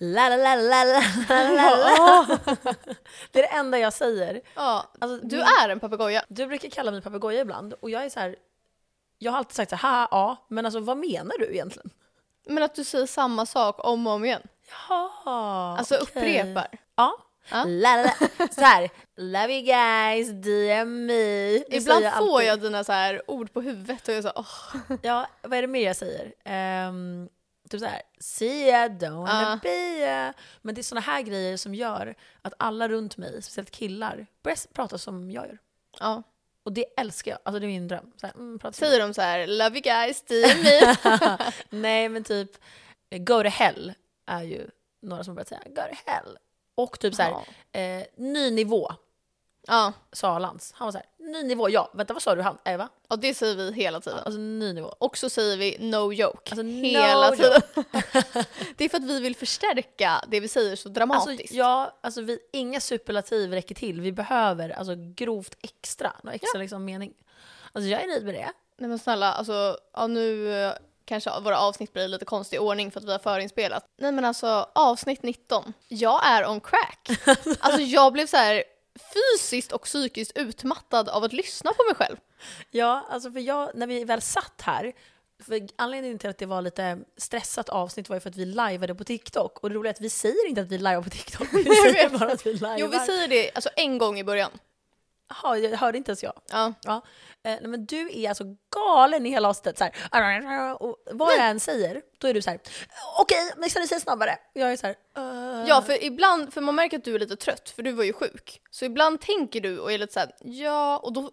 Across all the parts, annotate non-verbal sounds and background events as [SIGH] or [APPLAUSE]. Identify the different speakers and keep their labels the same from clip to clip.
Speaker 1: La, la, la, la, la, la, la, la. [LAUGHS] Det är det enda jag säger.
Speaker 2: Ja,
Speaker 1: Alltså,
Speaker 2: du
Speaker 1: min-
Speaker 2: är en papegoja.
Speaker 1: Du brukar kalla mig papegoja ibland och jag är så här. Jag har alltid sagt så här, haha, ja, men alltså vad menar du egentligen?
Speaker 2: Men att du säger samma sak om och om igen.
Speaker 1: Jaha,
Speaker 2: Alltså
Speaker 1: okej.
Speaker 2: upprepar.
Speaker 1: Ja.
Speaker 2: Ja.
Speaker 1: La, la, la. Så här, love you guys, DM me. Det
Speaker 2: Ibland
Speaker 1: säger
Speaker 2: får
Speaker 1: alltid.
Speaker 2: jag dina så här ord på huvudet och jag så här,
Speaker 1: [LAUGHS]
Speaker 2: åh.
Speaker 1: Ja, vad är det mer jag säger? Ehm, typ såhär, see ya, don't wanna
Speaker 2: Ja.
Speaker 1: be ya. Men det är såna här grejer som gör att alla runt mig, speciellt killar, börjar s- prata som jag gör.
Speaker 2: Ja.
Speaker 1: Och det älskar jag, alltså det är min dröm. Så här, mm, prata som
Speaker 2: Säger de så här “Love you guys,
Speaker 1: [LAUGHS]
Speaker 2: DM me”. [LAUGHS]
Speaker 1: Nej men typ, go to hell är ju några som har börjat säga, go to hell. Och typ såhär, eh, ny nivå,
Speaker 2: Ja.
Speaker 1: sa Lantz. Han var såhär, ny nivå, ja, vänta vad sa du han? Eva?
Speaker 2: Och det säger vi hela tiden.
Speaker 1: Alltså ny nivå.
Speaker 2: Och så säger vi “No joke”
Speaker 1: Alltså, no
Speaker 2: hela
Speaker 1: joke.
Speaker 2: tiden. [LAUGHS] det är för att vi vill förstärka det vi säger så dramatiskt.
Speaker 1: Alltså, ja, alltså vi, inga superlativ räcker till. Vi behöver alltså grovt extra, någon extra liksom, mening. Alltså jag är nöjd med det.
Speaker 2: Nej men snälla, alltså ja, nu eh, kanske våra avsnitt blir lite konstig i ordning för att vi har förinspelat. Nej men alltså avsnitt 19. Jag är
Speaker 1: [LAUGHS]
Speaker 2: on crack. alltså jag blev så här fysiskt och psykiskt utmattad av att lyssna på mig själv.
Speaker 1: Ja, alltså för jag, när vi väl satt här, för anledningen till att det var lite stressat avsnitt var ju för att vi lajvade på TikTok. Och det roliga är att vi säger inte att vi lajvar på TikTok, vi
Speaker 2: jag
Speaker 1: säger
Speaker 2: vet.
Speaker 1: bara att vi lajvar.
Speaker 2: [LAUGHS] Jo vi säger det alltså en gång i början.
Speaker 1: Jaha, jag hörde inte ens jag.
Speaker 2: Ja.
Speaker 1: Ja. Eh, nej, men du är alltså galen i hela avsnittet. Så här. Och vad jag än säger, då är du så här. okej, men ska ni säga snabbare? Och jag är så här. "Eh."
Speaker 2: Ja för ibland, för man märker att du är lite trött för du var ju sjuk. Så ibland tänker du och är lite såhär ja och då,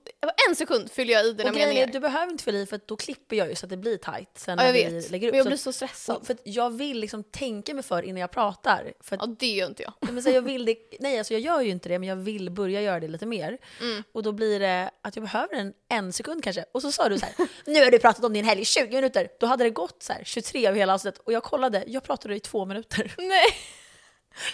Speaker 2: en sekund fyller jag i dina
Speaker 1: Och grejen
Speaker 2: meningar.
Speaker 1: är, du behöver inte fylla i för att då klipper jag ju så att det blir tight sen
Speaker 2: ja
Speaker 1: när
Speaker 2: jag
Speaker 1: vi
Speaker 2: vet,
Speaker 1: lägger upp.
Speaker 2: men jag
Speaker 1: Så
Speaker 2: blir
Speaker 1: att-
Speaker 2: så stressad.
Speaker 1: för att jag vill liksom tänka mig för innan jag pratar. För att,
Speaker 2: Ja det gör inte jag.
Speaker 1: men så här, jag vill det, nej alltså jag gör ju inte det men jag vill börja göra det lite mer.
Speaker 2: Mm.
Speaker 1: Och då blir det att jag behöver en, en sekund kanske. Och så sa du så här, [LAUGHS] nu har du pratat om din helg i 20 minuter. Då hade det gått så här 23 av hela avsnittet och jag kollade, jag pratade i två minuter. [LAUGHS]
Speaker 2: Nej.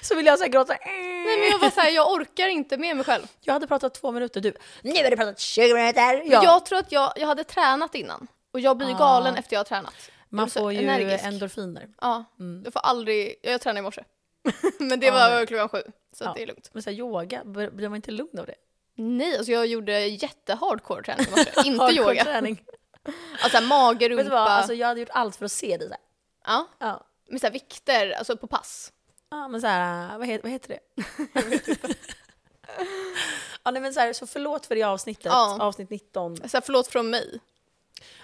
Speaker 1: Så ville jag så här gråta.
Speaker 2: Nej men jag var såhär, jag orkar inte med mig själv.
Speaker 1: Jag hade pratat två minuter, du, nu har du pratat 20 minuter.
Speaker 2: Men Jag tror att jag, jag hade tränat innan. Och jag
Speaker 1: Ah.
Speaker 2: blir ju galen efter jag har tränat. Jag
Speaker 1: Man
Speaker 2: blir så
Speaker 1: får ju
Speaker 2: energisk.
Speaker 1: endorfiner.
Speaker 2: Ja, jag får aldrig... Jag tränade i morse. [LAUGHS] Men det var klockan sju, så
Speaker 1: Ja.
Speaker 2: det är lugnt.
Speaker 1: Men så här, yoga, bör- blir man inte lugn av det?
Speaker 2: Nej, alltså jag gjorde jättehardcore träning i
Speaker 1: [LAUGHS]
Speaker 2: morse. inte yoga. [LAUGHS]
Speaker 1: Hardcore-träning.
Speaker 2: Alltså här, mage,
Speaker 1: Vet du
Speaker 2: rumpa.
Speaker 1: vad, alltså, jag hade gjort allt för att se dig där.
Speaker 2: ja.
Speaker 1: Ja.
Speaker 2: Men så här, vikter, alltså på pass.
Speaker 1: ja, men så här, vad heter, vad heter det? [LAUGHS] ja, nej, men så, här, så förlåt för det avsnittet,
Speaker 2: Ja.
Speaker 1: avsnitt 19.
Speaker 2: Så här, förlåt från mig.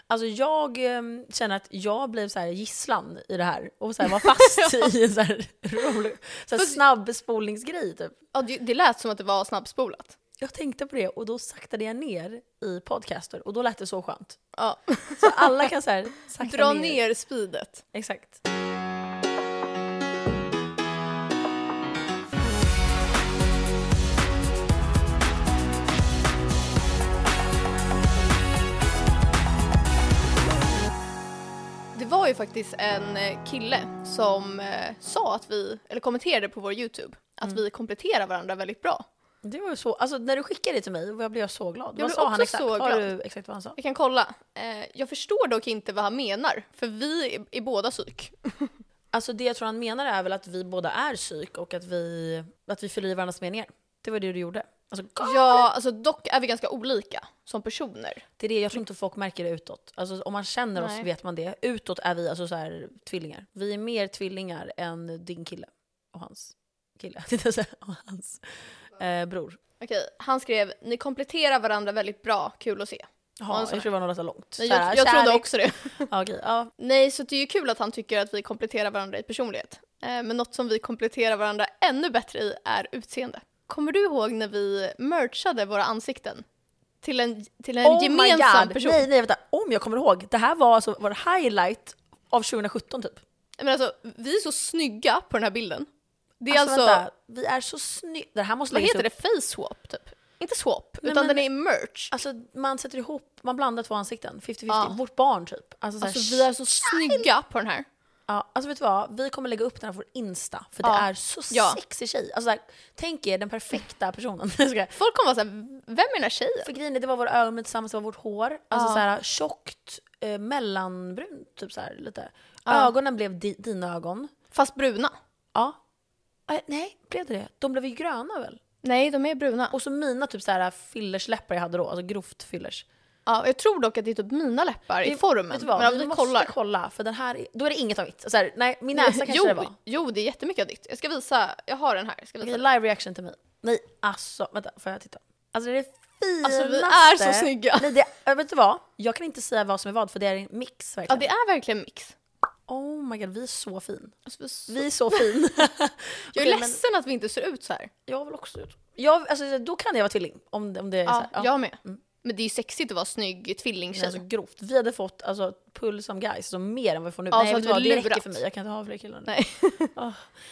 Speaker 1: Alltså jag ehm, känner att jag blev så här gisslan i det här och så här var
Speaker 2: [LAUGHS]
Speaker 1: fast i en så här rolig, så här snabb spolningsgrej typ.
Speaker 2: Ja, det, det lät som att det var snabbspolat.
Speaker 1: Jag tänkte på det och då saktade jag ner i podcaster och då lät det så skönt. [LAUGHS]
Speaker 2: Ja.
Speaker 1: Så alla kan så här sakta
Speaker 2: Dra ner speedet.
Speaker 1: Exakt.
Speaker 2: Det var ju faktiskt en eh, kille som eh, sa att vi, eller kommenterade på vår YouTube, att
Speaker 1: Mm.
Speaker 2: vi kompletterar varandra väldigt bra.
Speaker 1: Det var ju så, alltså när du skickade det till mig jag blev jag så glad.
Speaker 2: blev
Speaker 1: vad sa han
Speaker 2: också
Speaker 1: exakt?
Speaker 2: så
Speaker 1: Har
Speaker 2: glad.
Speaker 1: du exakt vad han sa?
Speaker 2: Vi kan kolla. Eh, jag förstår dock inte vad han menar, för vi är, är båda psyk.
Speaker 1: Alltså det jag tror han menar är väl att vi båda är psyk och att vi, att vi fyller i varandras meningar. Det var det du gjorde. Alltså,
Speaker 2: Ja, alltså dock är vi ganska olika som personer.
Speaker 1: det är det, jag tror inte folk märker det utåt. Alltså om man känner oss
Speaker 2: Nej.
Speaker 1: vet man det. Utåt är vi alltså så här tvillingar. Vi är mer tvillingar än din kille och hans kille. [LAUGHS] tänkte jag säga. och hans eh, bror.
Speaker 2: Okej, han skrev “Ni kompletterar varandra väldigt bra, kul att se”.
Speaker 1: Ja, jag
Speaker 2: jag
Speaker 1: tror det var något så långt.
Speaker 2: Nej,
Speaker 1: Så här,
Speaker 2: jag jag trodde
Speaker 1: kärlek.
Speaker 2: också det.
Speaker 1: Ja, okej. ja.
Speaker 2: Nej, så det är ju kul att han tycker att vi kompletterar varandra i personlighet. Eh, men något som vi kompletterar varandra ännu bättre i är utseende. Kommer du ihåg när vi merchade våra ansikten? Till en, till en gemensam person.
Speaker 1: Oh Nej, nej vänta. Om jag kommer ihåg. Det här var alltså vår highlight av 2017 typ.
Speaker 2: Men alltså, vi är så snygga på den här bilden. Det är
Speaker 1: Alltså,
Speaker 2: alltså,
Speaker 1: vänta, vi är så snygga. Det här måste
Speaker 2: vad
Speaker 1: läggas
Speaker 2: heter
Speaker 1: upp.
Speaker 2: det? Face swap typ? Inte swap,
Speaker 1: Liksom. Nej,
Speaker 2: utan
Speaker 1: men-
Speaker 2: den är merch.
Speaker 1: Alltså man sätter ihop, man blandar två ansikten. 50-50.
Speaker 2: Ja.
Speaker 1: Vårt barn typ. Alltså, så här,
Speaker 2: Alltså vi är så snygga på den här.
Speaker 1: ja, alltså vet du vad? Vi kommer lägga upp den här på vår Insta. För det
Speaker 2: Ja.
Speaker 1: är så
Speaker 2: Ja.
Speaker 1: sexig tjej. Alltså, så här, tänk er den perfekta personen. [LAUGHS] Jag skojar.
Speaker 2: Folk kommer vara såhär, vem är den här tjejen?
Speaker 1: för grejen är, det var våra ögon tillsammans, det var vårt hår. Alltså
Speaker 2: Ja.
Speaker 1: så här tjockt, eh, mellanbrunt typ så här lite.
Speaker 2: Ja.
Speaker 1: Ögonen blev di- dina ögon.
Speaker 2: Fast bruna.
Speaker 1: Ja, Eh, nej, blev det det? De blev ju gröna väl?
Speaker 2: Nej, de är bruna.
Speaker 1: Och så mina typ så här fillersläppar jag hade då, alltså grovt fillers.
Speaker 2: Ja, jag tror dock att det är typ mina läppar i
Speaker 1: Det-
Speaker 2: formen.
Speaker 1: Vet du vad?
Speaker 2: Men om
Speaker 1: vi
Speaker 2: vi
Speaker 1: måste
Speaker 2: kollar.
Speaker 1: kolla, för den här, är- då är det inget av mitt. Så här, nej, min näsa kanske
Speaker 2: jo,
Speaker 1: det var.
Speaker 2: jo, det är jättemycket av ditt. Jag ska visa. Jag har den här. Jag ska visa.
Speaker 1: Okej, live reaction till mig. Nej, alltså, vänta, får jag titta? Alltså det är det finaste.
Speaker 2: Alltså vi är så snygga.
Speaker 1: Nej, det, äh, vet du vad? Jag kan inte säga vad som är vad, för det är en mix
Speaker 2: Ja,
Speaker 1: verkligen.
Speaker 2: det är verkligen mix.
Speaker 1: Oh my god, vi är så fin.
Speaker 2: Alltså, vi är så...
Speaker 1: Vi är så [LAUGHS] fin.
Speaker 2: Jag är
Speaker 1: Okej, men-
Speaker 2: ledsen att vi inte ser ut så här.
Speaker 1: Jag vill också ut. Jag, alltså, då kan jag vara tvilling. Om det, om det är så
Speaker 2: Ja,
Speaker 1: här, ja.
Speaker 2: Alltså,
Speaker 1: Mm.
Speaker 2: jag med. Men det är ju sexigt att vara snygg
Speaker 1: Nej,
Speaker 2: tvillingtjej.
Speaker 1: alltså grovt. Vi hade fått alltså, pull som guys, alltså, mer än vad vi får nu.
Speaker 2: Ja,
Speaker 1: Nej,
Speaker 2: så
Speaker 1: vet du
Speaker 2: hade
Speaker 1: vad,
Speaker 2: vi
Speaker 1: det räcker
Speaker 2: lurat.
Speaker 1: för mig. Jag kan inte ha fler killar nu.
Speaker 2: Nej. [LAUGHS]
Speaker 1: Åh.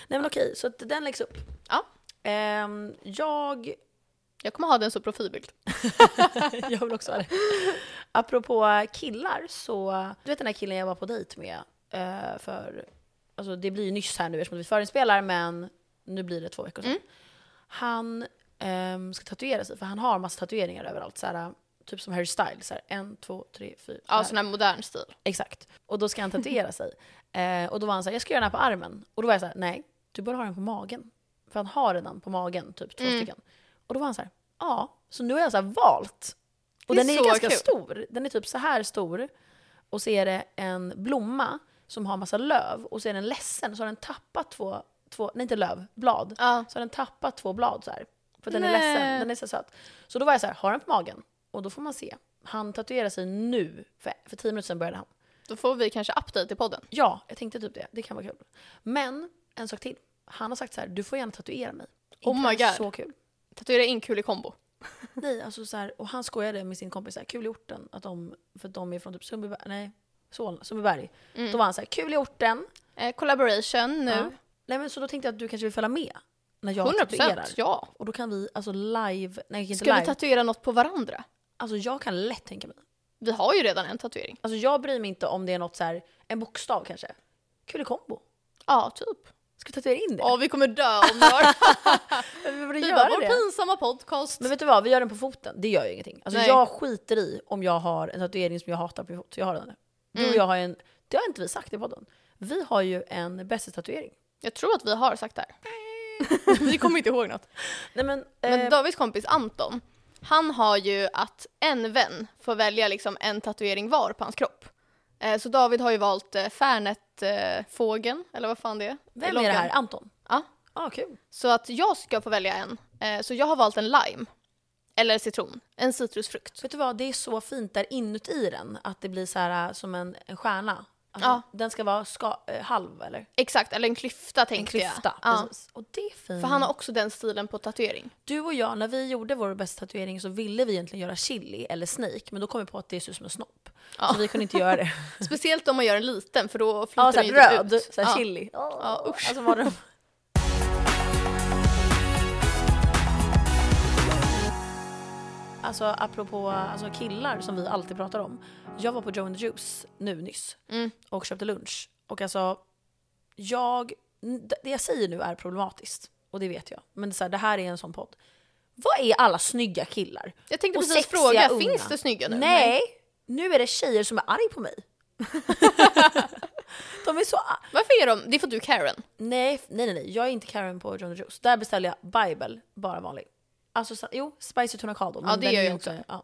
Speaker 1: Nej men okej, så att den läggs upp.
Speaker 2: Ja.
Speaker 1: Ehm,
Speaker 2: [LAUGHS]
Speaker 1: jag,
Speaker 2: Jag kommer ha den som profilbild.
Speaker 1: jag vill också ha det. Apropå killar så, du vet den här killen jag var på dejt med eh, för, alltså det blir ju nyss här nu eftersom vi förinspelar men nu blir det två veckor
Speaker 2: Mm.
Speaker 1: sedan. Han ehm, ska tatuera sig för han har massa tatueringar överallt. Såhär, typ som Harry Styles, såhär, en, två, tre, fyra. så här.
Speaker 2: Ja, sån här modern stil.
Speaker 1: Exakt. Och då ska han tatuera
Speaker 2: [LAUGHS]
Speaker 1: sig. Eh, och då var han så här, jag ska göra den här på armen. Och då var jag så här, nej, du bör ha den på magen. För han har redan på magen, typ två
Speaker 2: Mm.
Speaker 1: stycken. Och då var han så här, ja. Så nu har jag så här valt. Och
Speaker 2: Det är
Speaker 1: den är
Speaker 2: så
Speaker 1: ganska
Speaker 2: kul.
Speaker 1: stor. Den är typ så här stor. Och så är det en blomma som har massa löv. Och så är den ledsen, så har den tappat två, två nej inte löv, blad.
Speaker 2: Ja.
Speaker 1: Så har den tappat två blad så här. För den är
Speaker 2: Nej.
Speaker 1: ledsen, den är så söt. Så då var jag så här, har den på magen? Och då får man se. Han tatuerar sig nu, för, för tio minuter sedan började han.
Speaker 2: Då får vi kanske update i podden.
Speaker 1: Ja, jag tänkte typ det. Det kan vara kul. Men en sak till. Han har sagt så här, du får gärna tatuera mig. Inte
Speaker 2: Oh my
Speaker 1: det här
Speaker 2: God.
Speaker 1: Så kul.
Speaker 2: Tatuera in kul i kombo.
Speaker 1: Nej, alltså så här, och han skojade med sin kompis så här, kul i orten. Att de, för att de är från typ Sundbyberg, nej, Solna, Sundbyberg. Då var han så här, kul i orten.
Speaker 2: Eh, collaboration Mm. nu.
Speaker 1: Ja. Nej men så då tänkte jag att du kanske vill följa med när jag
Speaker 2: 100%
Speaker 1: tatuerar.
Speaker 2: ja.
Speaker 1: Och då kan vi alltså live, nej inte
Speaker 2: Ska
Speaker 1: live,
Speaker 2: vi tatuera något på varandra?
Speaker 1: alltså jag kan lätt tänka mig.
Speaker 2: Vi har ju redan en tatuering.
Speaker 1: Alltså jag bryr mig inte om det är något så här, en bokstav kanske. Kul i kombo.
Speaker 2: Ja, typ.
Speaker 1: Ska vi tatuera in det?
Speaker 2: Ja, vi kommer dö
Speaker 1: [LAUGHS]
Speaker 2: om några
Speaker 1: vi borde
Speaker 2: Vi
Speaker 1: göra
Speaker 2: bara, vår
Speaker 1: det.
Speaker 2: pinsamma podcast.
Speaker 1: Men vet du vad, vi gör den på foten. Det gör ju ingenting. Alltså
Speaker 2: Nej.
Speaker 1: jag skiter i om jag har en tatuering som jag hatar på min fot. Så jag har den nu. Du
Speaker 2: Mm.
Speaker 1: och jag har en, det har inte vi sagt i podden. Vi har ju en bästis-tatuering.
Speaker 2: Jag tror att vi har sagt det här. [LAUGHS] vi kommer inte ihåg något.
Speaker 1: Nej men, eh,
Speaker 2: Men Davids kompis Anton, han har ju att en vän får välja liksom en tatuering var på hans kropp. Eh, Så David har ju valt eh, Färnet-fågeln, eller vad fan det är.
Speaker 1: vem är det
Speaker 2: Loggan.
Speaker 1: här? Anton?
Speaker 2: Ja.
Speaker 1: Ja, ah, kul.
Speaker 2: Så att jag ska få välja en. Eh, Så jag har valt en lime. Eller citron. En citrusfrukt.
Speaker 1: Vet du vad, det är så fint där inuti den att det blir så här äh, som en, en stjärna. Alltså,
Speaker 2: Ja.
Speaker 1: Den ska vara ska, äh, halv eller?
Speaker 2: Exakt, eller en klyfta tänkte jag.
Speaker 1: Klyfta.
Speaker 2: Ja.
Speaker 1: Precis. Och det är fint.
Speaker 2: För han har också den stilen
Speaker 1: [LAUGHS]
Speaker 2: på tatuering.
Speaker 1: Du och jag, när vi gjorde vår bästa tatuering så ville vi egentligen göra chili eller snake men då kom vi på att det ser ut som en snopp. Så vi kunde inte göra [LAUGHS] det.
Speaker 2: Speciellt om man gör en liten för då flyter
Speaker 1: Ja,
Speaker 2: den
Speaker 1: såhär
Speaker 2: ju typ
Speaker 1: röd,
Speaker 2: ut.
Speaker 1: såhär
Speaker 2: Ja.
Speaker 1: chili.
Speaker 2: Ja, usch.
Speaker 1: Alltså var de... Alltså apropå alltså, killar som vi alltid pratar om. Jag var på Joe and the Juice nu nyss och köpte lunch. Och alltså, jag, det jag säger nu är problematiskt. Och det vet jag. Men det, är så här, det här är en sån podd. Vad är alla snygga killar?
Speaker 2: Jag tänkte
Speaker 1: Och
Speaker 2: precis
Speaker 1: sexiga
Speaker 2: fråga,
Speaker 1: unga.
Speaker 2: finns det snygga nu?
Speaker 1: Nej, nu är det tjejer som är arg på mig. [LAUGHS] de är så ar-
Speaker 2: Varför är de? Det är för att du är Karen.
Speaker 1: Nej, f- nej, nej, nej. Jag är inte Karen på John Juice. Där beställer jag Bible, bara vanlig. Alltså, sa- jo, spicy tuna caldo. men
Speaker 2: Ja, det
Speaker 1: den
Speaker 2: gör
Speaker 1: är
Speaker 2: jag
Speaker 1: ju inte- ja.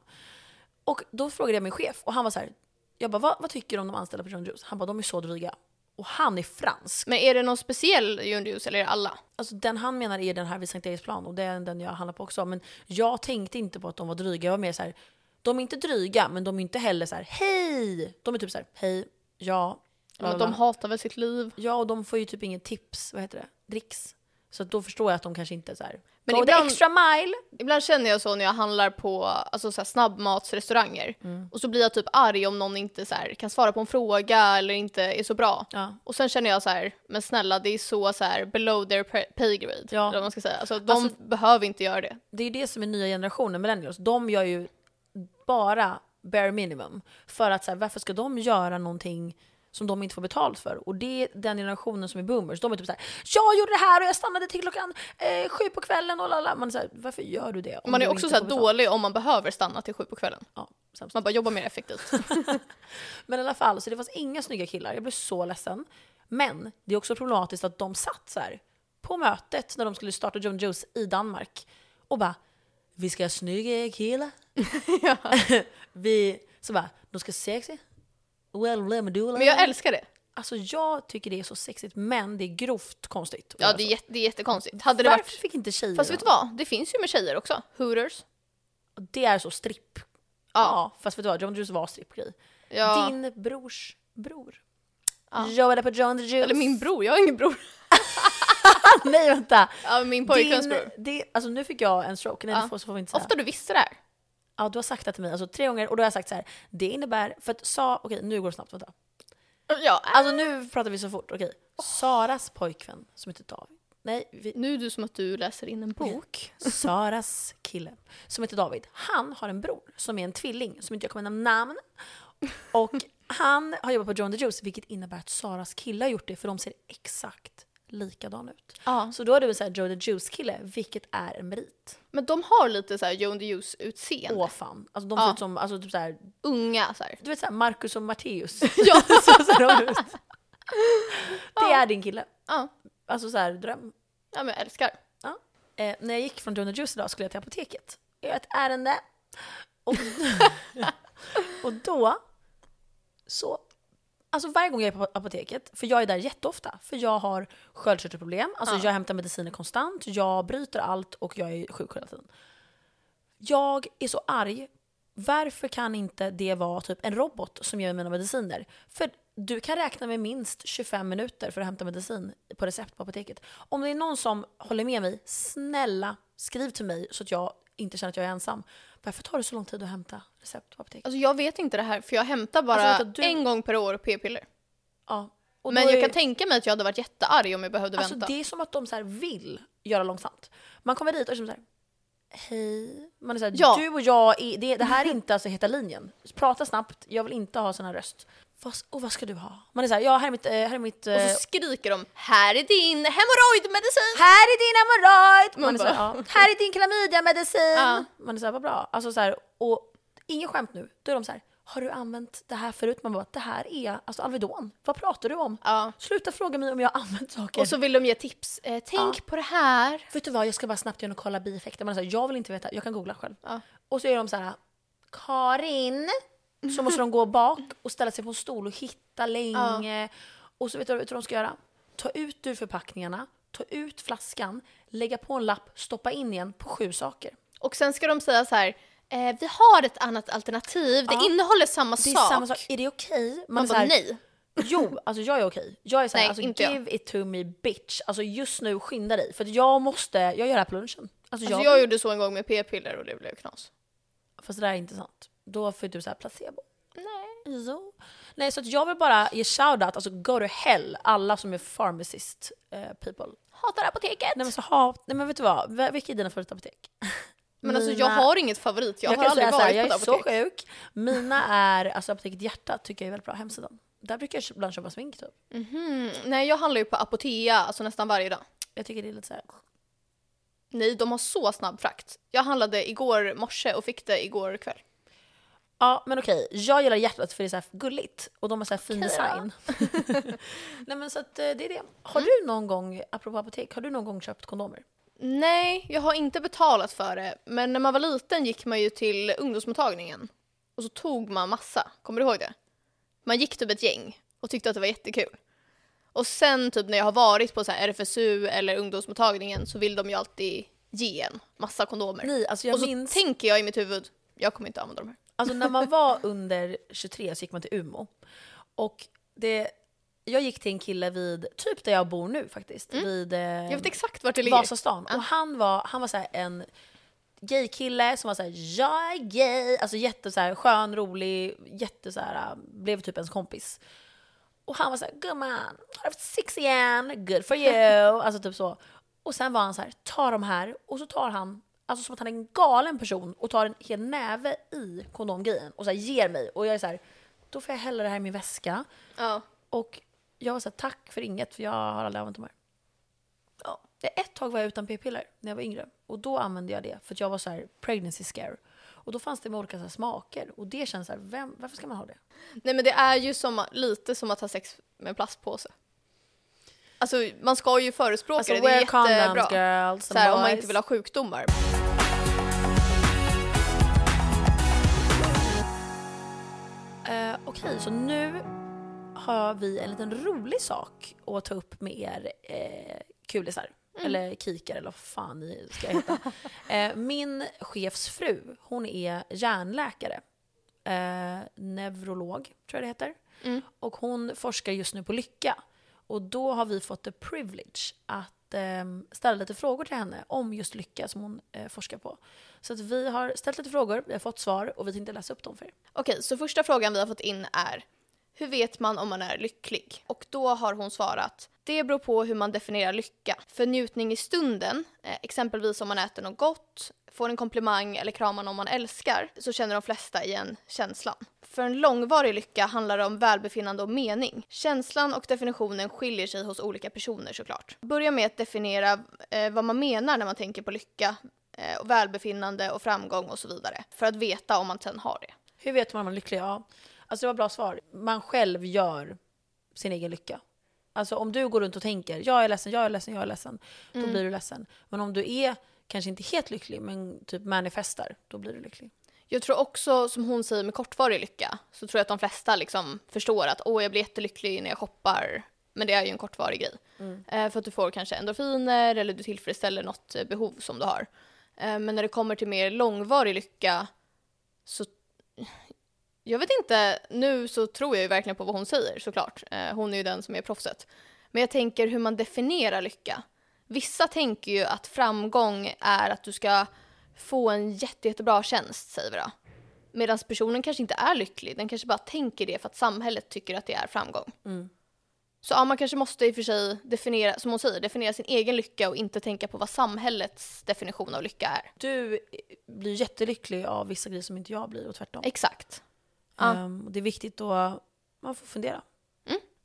Speaker 1: Och då frågade jag min chef och han var så här. Jag bara, vad, vad tycker du om de anställda på John Juice? Han bara, de är så dryga. Och han är fransk.
Speaker 2: Men är det någon speciell Jundius eller är det alla?
Speaker 1: Alltså den han menar är den här vid Sankt Eriksplan och det är den jag handlar på också. Men jag tänkte inte på att de var dryga. Jag var mer så här, de är inte dryga men de är inte heller så här, hej! De är typ så här, hej, ja. bla,
Speaker 2: Men
Speaker 1: bla,
Speaker 2: de
Speaker 1: bla."
Speaker 2: hatar väl sitt liv?
Speaker 1: Ja, och de får ju typ inget tips, vad heter det, dricks. Så att då förstår jag att de kanske inte är så här.
Speaker 2: Men
Speaker 1: Men Go
Speaker 2: ibland-
Speaker 1: the extra mile!
Speaker 2: Ibland känner jag så när jag handlar på alltså, så här, snabbmatsrestauranger.
Speaker 1: Mm.
Speaker 2: Och så blir jag typ arg om någon inte så här, kan svara på en fråga eller inte är så bra.
Speaker 1: Ja.
Speaker 2: Och sen känner jag så här, men snälla det är så, så här, below their pre- pay grade.
Speaker 1: Ja.
Speaker 2: Eller vad man ska säga. Alltså, de
Speaker 1: Alltså-
Speaker 2: behöver inte göra det.
Speaker 1: Det är ju det som är nya generationen millennials. De gör ju bara bare minimum. För att så här, varför ska de göra någonting som de inte får betalt för? Och det är den generationen som är boomers. De är typ så här: jag gjorde det här och jag stannade till klockan eh, sju på kvällen och lala. Man är så här, varför gör du det? om
Speaker 2: Man är
Speaker 1: du
Speaker 2: också
Speaker 1: inte
Speaker 2: så här,
Speaker 1: får betalt?"
Speaker 2: dålig om man behöver stanna till sju på kvällen.
Speaker 1: Ja, sämst.
Speaker 2: Man bara jobbar mer [LAUGHS] effektivt.
Speaker 1: Men i alla fall, så det fanns inga snygga killar. Jag blev så ledsen. Men det är också problematiskt att de satt så här. på mötet när de skulle starta John Joe's i Danmark och bara “Vi ska ha snygga killar”.
Speaker 2: [LAUGHS] Ja.
Speaker 1: [LAUGHS] Vi, så bara “De ska sexy”. Well, blah, blah, blah.
Speaker 2: Men jag älskar det.
Speaker 1: Alltså jag tycker det är så sexigt men det är grovt konstigt. att
Speaker 2: Ja,
Speaker 1: göra
Speaker 2: det är,
Speaker 1: så.
Speaker 2: jätte, det är jättekonstigt. Alltså. Hade det
Speaker 1: Varför
Speaker 2: varit...
Speaker 1: fick inte tjejer
Speaker 2: Fast
Speaker 1: då?
Speaker 2: vet du vad? Det finns ju med tjejer också. Hooters.
Speaker 1: Det är så stripp. Ja. fast vet du vad? John Juice var strippgrej.
Speaker 2: Ja.
Speaker 1: Din brors bror.
Speaker 2: Ja.
Speaker 1: Jobbade på John Juice.
Speaker 2: Eller min bror, jag har ingen bror.
Speaker 1: Nej vänta!
Speaker 2: Ja, min pojkväns bror.
Speaker 1: det, alltså nu fick jag en stroke, nej
Speaker 2: Ja.
Speaker 1: det får, så får vi inte säga.
Speaker 2: Ofta du visste det här.
Speaker 1: Ja, du har sagt det till mig alltså, tre gånger och då har jag sagt så här. det innebär, för att sa, okej nu går det snabbt, vänta.
Speaker 2: Ja.
Speaker 1: Alltså nu pratar vi så fort, okej. Saras pojkvän som heter David, nej vi,
Speaker 2: Nu är det som att du läser in en bok.
Speaker 1: bok. Saras kille, som heter David, han har en bror som är en tvilling som inte jag kommer nämna namn. Och han har jobbat på John the Juice vilket innebär att Saras kille har gjort det för de ser exakt likadana ut.
Speaker 2: Ja.
Speaker 1: Så då är du en sån här Joe the Juice kille, vilket är en merit.
Speaker 2: Men de har lite så här Joan the Juice-utseende.
Speaker 1: Åh fan. Alltså de ser
Speaker 2: Ja.
Speaker 1: ut som, alltså typ så här,
Speaker 2: Unga så här.
Speaker 1: du vet såhär Marcus och Matteus.
Speaker 2: [LAUGHS]
Speaker 1: [LAUGHS]
Speaker 2: Ja.
Speaker 1: så ser de ut. Det är din kille.
Speaker 2: Ja.
Speaker 1: Alltså så här dröm.
Speaker 2: ja, men jag älskar.
Speaker 1: Eh, när jag gick från John Juice idag skulle jag till apoteket. Jag gör ett ärende. Och, och då, så, alltså varje gång jag är på apoteket, för jag är där jätteofta, för jag har sköldkörtelproblem, alltså
Speaker 2: Ja.
Speaker 1: jag hämtar mediciner konstant, jag bryter allt och jag är sjuk hela tiden. Jag är så arg. Varför kan inte det vara typ en robot som ger mig mina mediciner? För du kan räkna med minst 25 minuter för att hämta medicin på recept på apoteket. Om det är någon som håller med mig, snälla skriv till mig så att jag inte känner att jag är ensam. Varför tar det så lång tid att hämta recept på apoteket?
Speaker 2: Alltså jag vet inte det här för jag hämtar bara
Speaker 1: Alltså, vänta, du-
Speaker 2: en gång per år p-piller.
Speaker 1: Ja. Och
Speaker 2: Men
Speaker 1: då
Speaker 2: jag
Speaker 1: är-
Speaker 2: kan tänka mig att jag hade varit jättearg om jag behövde
Speaker 1: Alltså
Speaker 2: vänta.
Speaker 1: det är som att de så här vill göra långsamt. Man kommer dit och är som så här, hej. Man är så här,
Speaker 2: Ja.
Speaker 1: du och jag, är, det, det här är inte alltså heta linjen. Prata snabbt, jag vill inte ha sån här röst. Vad, och vad ska du ha? Man är så här, ja här är mitt, eh, här är mitt... eh,
Speaker 2: Och så skriker de “Här är din hemorrojdmedicin!”
Speaker 1: här är din hemorrojd! Man
Speaker 2: Man
Speaker 1: är så här, [LAUGHS]
Speaker 2: bara-
Speaker 1: ja, här är din klamydiamedicin!
Speaker 2: Ja.
Speaker 1: Man är så här, vad bra. Alltså så här, och ingen skämt nu, då är de så här, har du använt det här förut? Man bara, det här är alltså Alvedon. Vad pratar du om?
Speaker 2: Ja.
Speaker 1: Sluta fråga mig om jag har använt saker.
Speaker 2: Och så vill de ge tips. Eh, “Tänk på det här!”
Speaker 1: Vet du vad, jag ska bara snabbt göra och kolla bieffekter. Man är så här, jag vill inte veta, jag kan googla själv.
Speaker 2: Ja.
Speaker 1: Och så är de så här,
Speaker 2: [LAUGHS]
Speaker 1: Karin! Så måste de gå bak och ställa sig på en stol och hitta länge. Och så vet du, vet du vad de ska göra? Ta ut ur förpackningarna, ta ut flaskan, lägga på en lapp, stoppa in igen på sju saker.
Speaker 2: Och sen ska de säga så här eh, “Vi har ett annat alternativ, det
Speaker 1: Ja.
Speaker 2: innehåller samma
Speaker 1: Det är
Speaker 2: sak.”
Speaker 1: samma sak, är det okej? Man,
Speaker 2: Man
Speaker 1: är så
Speaker 2: bara
Speaker 1: här,
Speaker 2: “Nej”.
Speaker 1: [LAUGHS] Jo, alltså jag är okej. Jag är såhär,
Speaker 2: Nej,
Speaker 1: alltså
Speaker 2: inte jag.
Speaker 1: give it to me bitch. Alltså just nu, skynda dig. För att jag måste, jag gör det här på lunchen. Alltså,
Speaker 2: Alltså
Speaker 1: jag,
Speaker 2: jag gjorde så en gång med p-piller och det blev knas.
Speaker 1: Fast det där är inte sant. Då får du såhär placebo.
Speaker 2: Nej.
Speaker 1: Jo. Nej, så att jag vill bara ge shoutout, alltså go to hell, alla som är pharmacist eh, people.
Speaker 2: Hatar apoteket!
Speaker 1: Nej men så ha, nej men vet du vad, V- vilka är dina favoritapoteket?
Speaker 2: Men alltså
Speaker 1: Mina-
Speaker 2: jag har inget favorit, jag, har
Speaker 1: kan
Speaker 2: aldrig
Speaker 1: säga
Speaker 2: varit
Speaker 1: så här,
Speaker 2: på ett
Speaker 1: Jag är så
Speaker 2: apotek.
Speaker 1: sjuk. Mina är, alltså apoteket Hjärta tycker jag är väldigt bra, hemsidan. Där brukar jag ibland köpa smink typ.
Speaker 2: Mm, nej jag handlar ju på Apotea, alltså nästan varje dag.
Speaker 1: Jag tycker det är lite såhär,
Speaker 2: Nej, de har så snabb frakt. Jag handlade igår morse och fick det igår kväll.
Speaker 1: ja men okej, jag gillar hjärtat för det är såhär gulligt och de har såhär fin
Speaker 2: Okej då.
Speaker 1: design. [LAUGHS] nej men så att eh, det är det. Har
Speaker 2: Mm.
Speaker 1: du någon gång, apropå apotek, har du någon gång köpt kondomer?
Speaker 2: Nej, jag har inte betalat för det. Men när man var liten gick man ju till ungdomsmottagningen. Och så tog man massa. Kommer du ihåg det? Man gick typ ett gäng och tyckte att det var jättekul. Och sen typ när jag har varit på så här RFSU eller ungdomsmottagningen så vill de ju alltid ge en massa kondomer.
Speaker 1: Nej, alltså jag
Speaker 2: och så
Speaker 1: minns...
Speaker 2: tänker jag i mitt huvud, jag kommer inte använda de här.
Speaker 1: Alltså när man var under 23 så gick man till Umo. Och det, jag gick till en kille vid, typ där jag bor nu faktiskt, vid eh,
Speaker 2: Jag vet exakt vart det ligger.
Speaker 1: Vasastan. Och han var, han var så här en gay-kille som var såhär “jag är gay”, alltså jätte så här, skön, rolig, jätte så här, blev typ ens kompis. Och han var såhär “gumman, har du haft sex igen? Good for you”, alltså typ så. Och sen var han så här “ta de här” och så tar han, alltså som att han är en galen person och tar en hel näve i kondomgrejen och så här, ger mig. Och jag är så här “då får jag hälla det här i min väska”
Speaker 2: Ja.
Speaker 1: och jag var såhär “tack för inget för jag har aldrig använt de här”.
Speaker 2: Ja.
Speaker 1: Det- Ett tag var jag utan p-piller när jag var yngre. Och då använde jag det för att jag var så här pregnancy scare. Och då fanns det med olika så här smaker. Och det känns så här, vem, varför ska man ha det?
Speaker 2: Nej men det är ju som, lite som att ha sex med plastpåse. Alltså man ska ju förespråka
Speaker 1: Alltså,
Speaker 2: det, det är
Speaker 1: wear
Speaker 2: jättebra.
Speaker 1: condoms girls
Speaker 2: så här, om man
Speaker 1: boys.
Speaker 2: inte vill ha sjukdomar.
Speaker 1: Eh, Okej, så nu har vi en liten rolig sak att ta upp med er eh, kulisar. Eller kikar eller vad fan ni ska heta. eh, min chefsfru, hon är hjärnläkare. Eh, neurolog, tror jag det heter. Och hon forskar just nu på lycka. Och då har vi fått the privilege att eh, ställa lite frågor till henne om just lycka som hon eh, forskar på. Så att vi har ställt lite frågor, vi har fått svar och vi tänkte läsa upp dem för er.
Speaker 2: Okej, så första frågan vi har fått in är Hur vet man om man är lycklig? Och då har hon svarat Det beror på hur man definierar lycka. För njutning i stunden, eh, exempelvis om man äter något gott, får en komplimang eller kramar någon man älskar, så känner de flesta igen känslan. För en långvarig lycka handlar det om välbefinnande och mening. Känslan och definitionen skiljer sig hos olika personer såklart. Börja med att definiera eh, vad man menar när man tänker på lycka, eh, och välbefinnande och framgång och så vidare. För att veta om man sen har det.
Speaker 1: Hur vet man om man är lycklig? Ja. Alltså det var bra svar. Man själv gör sin egen lycka. Alltså om du går runt och tänker jag är ledsen, jag är ledsen, jag är ledsen. Då blir du ledsen. Men om du är kanske inte helt lycklig men typ manifestar, då blir du lycklig.
Speaker 2: Jag tror också, som hon säger med kortvarig lycka, så tror jag att de flesta liksom förstår att åh, jag blir jättelycklig när jag shoppar. Men det är ju en kortvarig grej. Eh, för att du får kanske endorfiner eller du tillfredsställer något eh, behov som du har. Eh, men när det kommer till mer långvarig lycka så... Jag vet inte, nu så tror jag ju verkligen på vad hon säger såklart. Eh, hon är ju den som är proffset. Men jag tänker hur man definierar lycka. Vissa tänker ju att framgång är att du ska få en jätte, jättebra tjänst, säger vi då. Medan personen kanske inte är lycklig, den kanske bara tänker det för att samhället tycker att det är framgång. Så ja, man kanske måste i och för sig definiera, som hon säger, definiera sin egen lycka och inte tänka på vad samhällets definition av lycka är.
Speaker 1: Du eh, blir jättelycklig av vissa grejer som inte jag blir och tvärtom.
Speaker 2: Exakt. ja.
Speaker 1: Ehm, och det är viktigt då, man får fundera.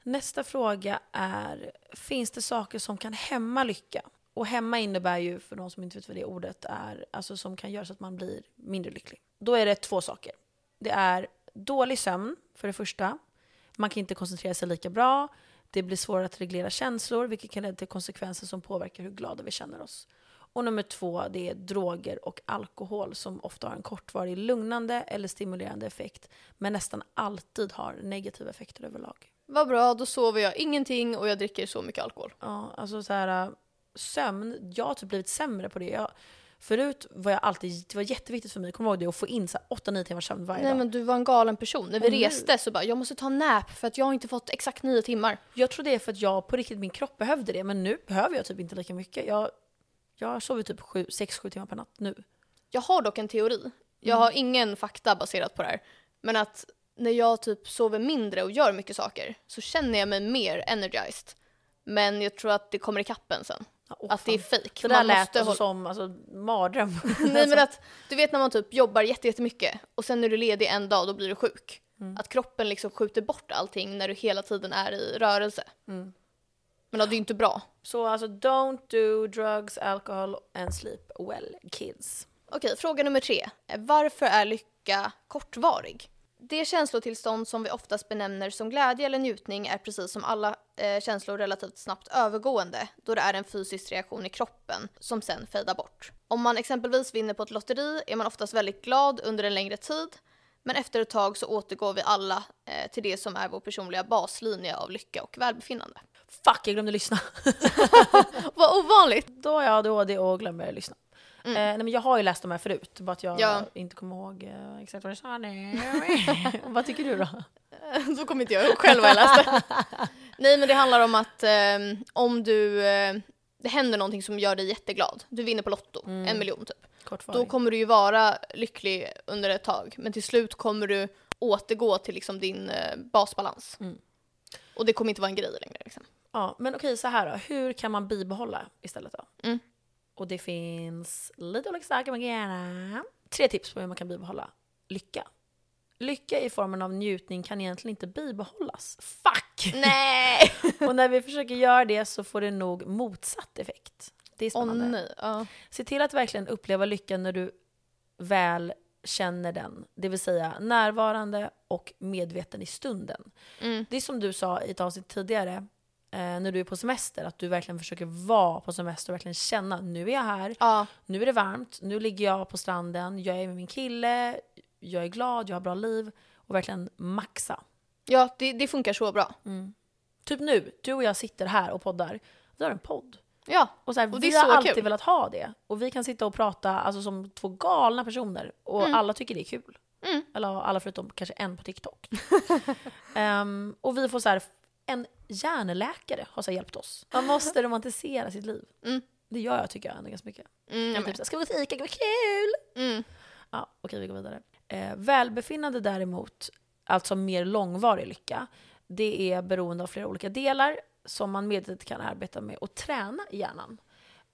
Speaker 1: Nästa fråga är, finns det saker som kan hämma lycka? Och hämma innebär ju, för de som inte vet vad det ordet är, alltså som kan göra så att man blir mindre lycklig. Då är det två saker. Det är dålig sömn, för det första. Man kan inte koncentrera sig lika bra. Det blir svårare att reglera känslor, vilket kan leda till konsekvenser som påverkar hur glada vi känner oss. Och nummer två, det är droger och alkohol som ofta har en kortvarig lugnande eller stimulerande effekt, men nästan alltid har negativa effekter överlag.
Speaker 2: Vad bra, då sover jag ingenting och jag dricker så mycket alkohol.
Speaker 1: Ja, alltså så här, äh, sömn, jag har typ blivit sämre på det. Jag, förut var jag alltid, det var jätteviktigt för mig, kommer du ihåg det, att få in så här 8-9 timmars sömn varje
Speaker 2: Nej
Speaker 1: dag.
Speaker 2: men du var en galen person. När vi
Speaker 1: Och nu-
Speaker 2: reste så bara, jag måste ta nap för att jag har inte fått exakt nio timmar.
Speaker 1: Jag tror det är för att jag på riktigt, min kropp behövde det, men nu behöver jag typ inte lika mycket. Jag, jag sover typ 6-7 timmar per natt nu.
Speaker 2: Jag har dock en teori. Jag
Speaker 1: Mm.
Speaker 2: har ingen fakta baserat på det här. Men att när jag typ sover mindre och gör mycket saker så känner jag mig mer energized. Men jag tror att det kommer i kappen sen.
Speaker 1: Ja, åh,
Speaker 2: att Alltså, det är
Speaker 1: fan.
Speaker 2: fejk.
Speaker 1: Det där
Speaker 2: Man
Speaker 1: lät
Speaker 2: måste
Speaker 1: alltså
Speaker 2: hålla-
Speaker 1: som alltså, mardröm.
Speaker 2: [LAUGHS]
Speaker 1: [LAUGHS]
Speaker 2: Nej men att du vet när man typ jobbar jätte- jättemycket och sen är du ledig en dag och då blir du sjuk.
Speaker 1: Mm.
Speaker 2: Att kroppen liksom skjuter bort allting när du hela tiden är i rörelse.
Speaker 1: Mm.
Speaker 2: Men ja, det är ju inte bra.
Speaker 1: Så alltså don't do drugs, alcohol and sleep well kids.
Speaker 2: Okej, fråga nummer tre. Varför är lycka kortvarig? Det känslotillstånd som vi oftast benämner som glädje eller njutning är precis som alla eh, känslor relativt snabbt övergående då det är en fysisk reaktion i kroppen som sen fejdar bort. Om man exempelvis vinner på ett lotteri är man oftast väldigt glad under en längre tid men efter ett tag så återgår vi alla eh, till det som är vår personliga baslinje av lycka och välbefinnande.
Speaker 1: Fuck, jag glömde lyssna.
Speaker 2: Vad ovanligt!
Speaker 1: Då har jag ADHD och glömmer lyssna. Eh, nej, men jag har ju läst de här förut, bara att jag
Speaker 2: Mm. Ja.
Speaker 1: inte kommer ihåg eh, exakt vad det sa
Speaker 2: [LAUGHS]
Speaker 1: nu. vad tycker du då?
Speaker 2: Då kommer inte jag ihåg själv vad
Speaker 1: [LAUGHS]
Speaker 2: jag läste. Nej men det handlar om att ehm, om du, eh, det händer någonting som gör dig jätteglad, du vinner på Lotto,
Speaker 1: Mm.
Speaker 2: en miljon typ. Då
Speaker 1: Kortvarig.
Speaker 2: kommer du ju vara lycklig under ett tag, men till slut kommer du återgå till liksom din eh, basbalans.
Speaker 1: Mm.
Speaker 2: Och det kommer inte vara en grej längre.
Speaker 1: [LAUGHS]
Speaker 2: Liksom.
Speaker 1: Ja, men okej, så här då. Hur kan man bibehålla istället då?
Speaker 2: Mm.
Speaker 1: Och det finns lite olika saker man kan göra. Tre tips på hur man kan bibehålla lycka. Lycka i formen av njutning kan egentligen inte bibehållas. Fuck!
Speaker 2: [LAUGHS] Nej!
Speaker 1: Och när vi försöker göra det så får det nog motsatt effekt. Det är
Speaker 2: Åh
Speaker 1: spännande.
Speaker 2: nej. Ja.
Speaker 1: Se till att verkligen uppleva lyckan när du väl känner den. Det vill säga närvarande och medveten i stunden.
Speaker 2: Mm.
Speaker 1: Det är som du sa i ett avsnitt tidigare, eh, när du är på semester, att du verkligen försöker vara på semester och verkligen känna nu är jag här,
Speaker 2: Ja,
Speaker 1: nu är det varmt, nu ligger jag på stranden, jag är med min kille, jag är glad, jag har bra liv och verkligen maxa.
Speaker 2: ja det, det funkar så bra.
Speaker 1: Typ nu, du och jag sitter här och poddar, vi har en podd.
Speaker 2: Ja,
Speaker 1: Och så här,
Speaker 2: Och det
Speaker 1: vi
Speaker 2: är
Speaker 1: har
Speaker 2: så
Speaker 1: alltid
Speaker 2: kul.
Speaker 1: velat ha det. Och vi kan sitta och prata alltså, som två galna personer och alla tycker det är kul.
Speaker 2: Mm.
Speaker 1: Eller alla förutom kanske en på
Speaker 2: [LAUGHS]
Speaker 1: TikTok. Ehm, och vi får så här, en hjärnläkare har så här, hjälpt oss. Man måste romantisera sitt liv.
Speaker 2: Mm.
Speaker 1: Det gör jag tycker jag ändå ganska mycket.
Speaker 2: mm,
Speaker 1: Jag
Speaker 2: jag
Speaker 1: är typ
Speaker 2: med.
Speaker 1: så här, ska vi gå till Ica, vad kul!
Speaker 2: Mm.
Speaker 1: Ja, okej vi går vidare. Eh, välbefinnande däremot, alltså mer långvarig lycka, det är beroende av flera olika delar som man medvetet kan arbeta med och träna i hjärnan.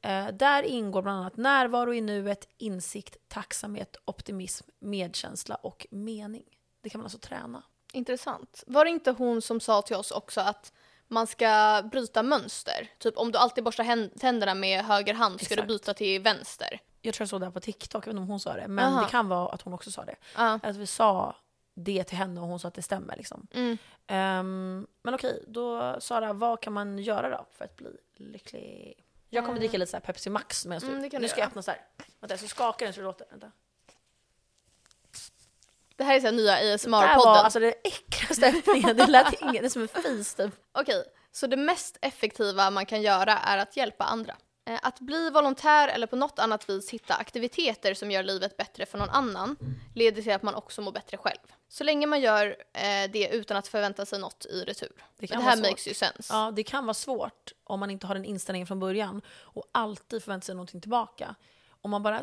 Speaker 1: Eh, där ingår bland annat närvaro i nuet, insikt, tacksamhet, optimism, medkänsla och mening. Det kan man alltså träna.
Speaker 2: Intressant. Var det inte hon som sa till oss också att man ska bryta mönster? Typ om du alltid borstar hän- tänderna med höger hand ska
Speaker 1: Exakt.
Speaker 2: du byta till vänster.
Speaker 1: Jag tror jag såg det här på TikTok, jag vet inte om hon sa det, men
Speaker 2: Aha.
Speaker 1: det kan vara att hon också sa det.
Speaker 2: Ja.
Speaker 1: Att vi sa det till henne och hon sa att det stämmer. Liksom.
Speaker 2: Mm.
Speaker 1: Ehm, men okej, då Sara, vad kan man göra då för att bli lycklig? Jag kommer dricka lite så här Pepsi Max medan
Speaker 2: Eh. Mm,
Speaker 1: du...
Speaker 2: det kan
Speaker 1: nu
Speaker 2: du
Speaker 1: ska
Speaker 2: göra.
Speaker 1: jag öppna så här. Vänta, jag ska skaka den så det låter. Vänta.
Speaker 2: Det här är så här nya
Speaker 1: Det här var
Speaker 2: ASMR-podden.
Speaker 1: alltså den äckligaste öppningen. Det lät inget, det är som en fis typ.
Speaker 2: Okej, så det mest effektiva man kan göra är att hjälpa andra. Eh, Att bli volontär eller på något annat vis hitta aktiviteter som gör livet bättre för någon annan leder till att man också mår bättre själv. Så länge man gör eh, det utan att förvänta sig något i retur.
Speaker 1: Det
Speaker 2: Det,
Speaker 1: kan
Speaker 2: här
Speaker 1: vara svårt.
Speaker 2: makes ju sense.
Speaker 1: Ja, det kan vara svårt om man inte har den inställningen från början och alltid förväntar sig någonting tillbaka. Om man bara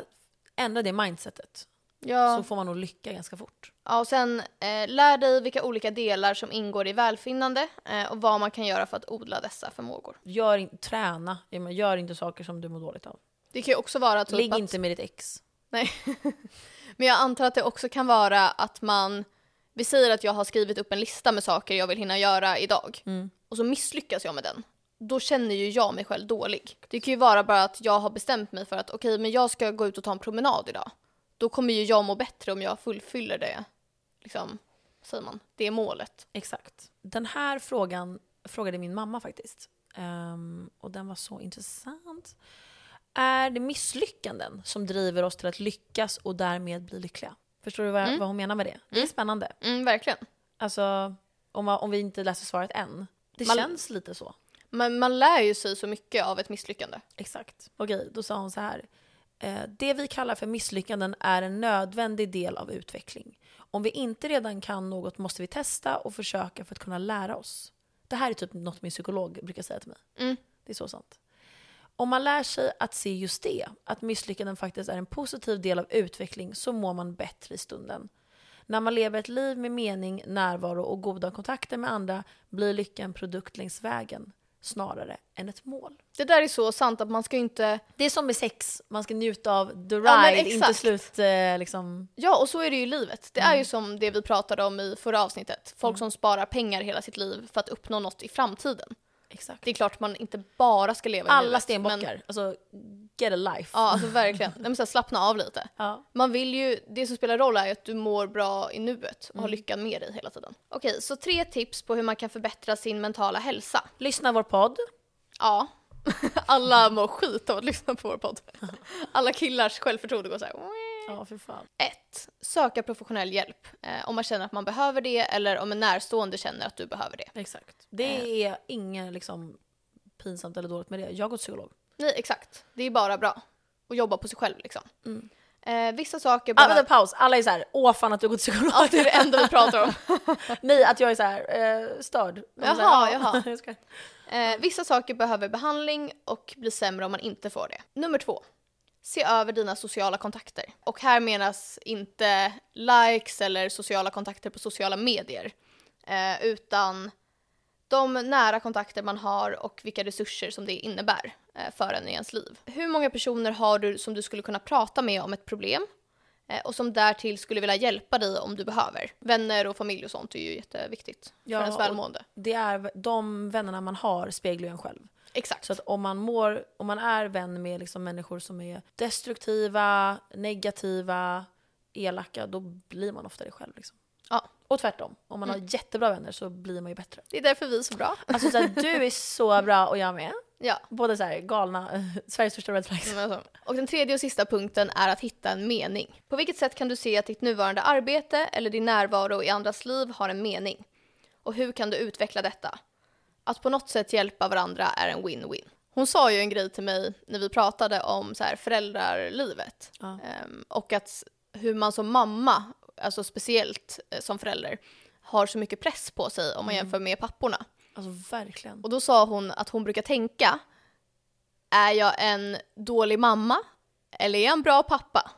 Speaker 1: ändrar det mindsetet
Speaker 2: Ja.
Speaker 1: så får man nog lycka ganska fort.
Speaker 2: Ja, och sen eh, lär dig vilka olika delar som ingår i välfinnande eh, och vad man kan göra för att odla dessa förmågor.
Speaker 1: Gör in, träna, Jag menar, gör inte saker som du mår dåligt av.
Speaker 2: Det kan ju också vara typ
Speaker 1: Ligg
Speaker 2: att,
Speaker 1: inte med ditt ex.
Speaker 2: Nej. Men jag antar att det också kan vara att man... Vi säger att jag har skrivit upp en lista med saker jag vill hinna göra idag. Och så misslyckas jag med den. Då känner ju jag mig själv dålig. Det kan ju vara bara att jag har bestämt mig för att okej, men jag ska gå ut och ta en promenad idag. Då kommer ju jag må bättre om jag fullfyller det. Liksom, säger man. Det är målet.
Speaker 1: Exakt. Den här frågan frågade min mamma faktiskt. Ehm, och den var så intressant. Är det misslyckanden som driver oss till att lyckas och därmed bli lyckliga? Förstår du vad, vad hon menar med det? Det är spännande.
Speaker 2: Mm, verkligen.
Speaker 1: Alltså, om, man- om vi inte läser svaret än. Det
Speaker 2: Man-
Speaker 1: känns lite så.
Speaker 2: Men man lär ju sig så mycket av ett misslyckande.
Speaker 1: Exakt. Okej, då sa hon så här. Eh, Det vi kallar för misslyckanden är en nödvändig del av utveckling. Om vi inte redan kan något måste vi testa och försöka för att kunna lära oss. Det här är typ något min psykolog brukar säga till mig.
Speaker 2: Mm.
Speaker 1: Det är så sant. Om man lär sig att se just det, att misslyckanden faktiskt är en positiv del av utveckling, så mår man bättre i stunden. När man lever ett liv med mening, närvaro och goda kontakter med andra blir lyckan en produkt längs vägen snarare än ett mål.
Speaker 2: Det där är så sant att man ska ju inte...
Speaker 1: Det är som med sex, man ska njuta av the
Speaker 2: Ja, men
Speaker 1: ride, inte
Speaker 2: exakt.
Speaker 1: slut eh, liksom.
Speaker 2: Ja, och så är det ju i livet. Det är
Speaker 1: Mm.
Speaker 2: ju som det vi pratade om i förra avsnittet. Folk som sparar pengar hela sitt liv för att uppnå något i framtiden.
Speaker 1: Exakt.
Speaker 2: Det är klart man inte bara ska leva i
Speaker 1: Alla
Speaker 2: nuet,
Speaker 1: stenbockar,
Speaker 2: men-
Speaker 1: alltså get a life.
Speaker 2: Ja, alltså verkligen. Nej, men så här, slappna av lite.
Speaker 1: Ja.
Speaker 2: Man vill ju, det som spelar roll är ju att du mår bra i nuet och har
Speaker 1: Mm.
Speaker 2: lyckan med dig hela tiden. Okej, så tre tips på hur man kan förbättra sin mentala hälsa.
Speaker 1: Lyssna vår podd.
Speaker 2: Ja. [LAUGHS] Alla mår skit av att lyssna på vår
Speaker 1: [LAUGHS]
Speaker 2: podd. Alla killars självförtroende går så här.
Speaker 1: Ja, för fan.
Speaker 2: Ett, Söka professionell hjälp eh, om man känner att man behöver det eller om en närstående känner att du behöver det.
Speaker 1: Exakt. Det
Speaker 2: Eh.
Speaker 1: är inget liksom, pinsamt eller dåligt med det. Jag går till psykolog.
Speaker 2: Nej, exakt. Det är bara bra. Och jobba på sig själv liksom. Eh, vissa saker
Speaker 1: Ah,
Speaker 2: behöver...
Speaker 1: vänta, paus. Alla är så här, åh fan att du går till psykolog.
Speaker 2: [LAUGHS] Ja, det är det enda vi pratar om.
Speaker 1: [LAUGHS] Nej, att jag är så här, eh, störd. De är så här, "Ja."
Speaker 2: Jaha, jaha.
Speaker 1: [LAUGHS] Jag skojar.
Speaker 2: Eh, vissa saker behöver behandling och blir sämre om man inte får det. Nummer två. Se över dina sociala kontakter. Och här menas inte likes eller sociala kontakter på sociala medier. Eh, utan de nära kontakter man har och vilka resurser som det innebär eh, för en i ens liv. Hur många personer har du som du skulle kunna prata med om ett problem? eh, Och som därtill skulle vilja hjälpa dig om du behöver. Vänner och familj och sånt är ju jätteviktigt
Speaker 1: Ja,
Speaker 2: för ens
Speaker 1: och-
Speaker 2: välmående.
Speaker 1: Det är de vännerna man har speglar ju en själv.
Speaker 2: Exakt.
Speaker 1: Så att om man, mår, om man är vän med liksom människor som är destruktiva, negativa, elaka, då blir man ofta det själv. Liksom.
Speaker 2: Ja. Mm.
Speaker 1: Och tvärtom, om man har jättebra vänner så blir man ju bättre.
Speaker 2: Det är därför vi är så bra.
Speaker 1: Alltså så här, du är så bra och jag med.
Speaker 2: Ja.
Speaker 1: Båda så här, galna, [LAUGHS] Sveriges största red flags.
Speaker 2: men alltså. Och den tredje och sista punkten är att hitta en mening. På vilket sätt kan du se att ditt nuvarande arbete eller din närvaro i andras liv har en mening? Och hur kan du utveckla detta? Att på något sätt hjälpa varandra är en win-win. Hon sa ju en grej till mig när vi pratade om så här föräldralivet.
Speaker 1: Ja.
Speaker 2: Ehm, och att hur man som mamma, alltså speciellt eh, som förälder, har så mycket press på sig om man jämför med papporna.
Speaker 1: Alltså verkligen.
Speaker 2: Och då sa hon att hon brukar tänka, är jag en dålig mamma eller är jag en bra pappa?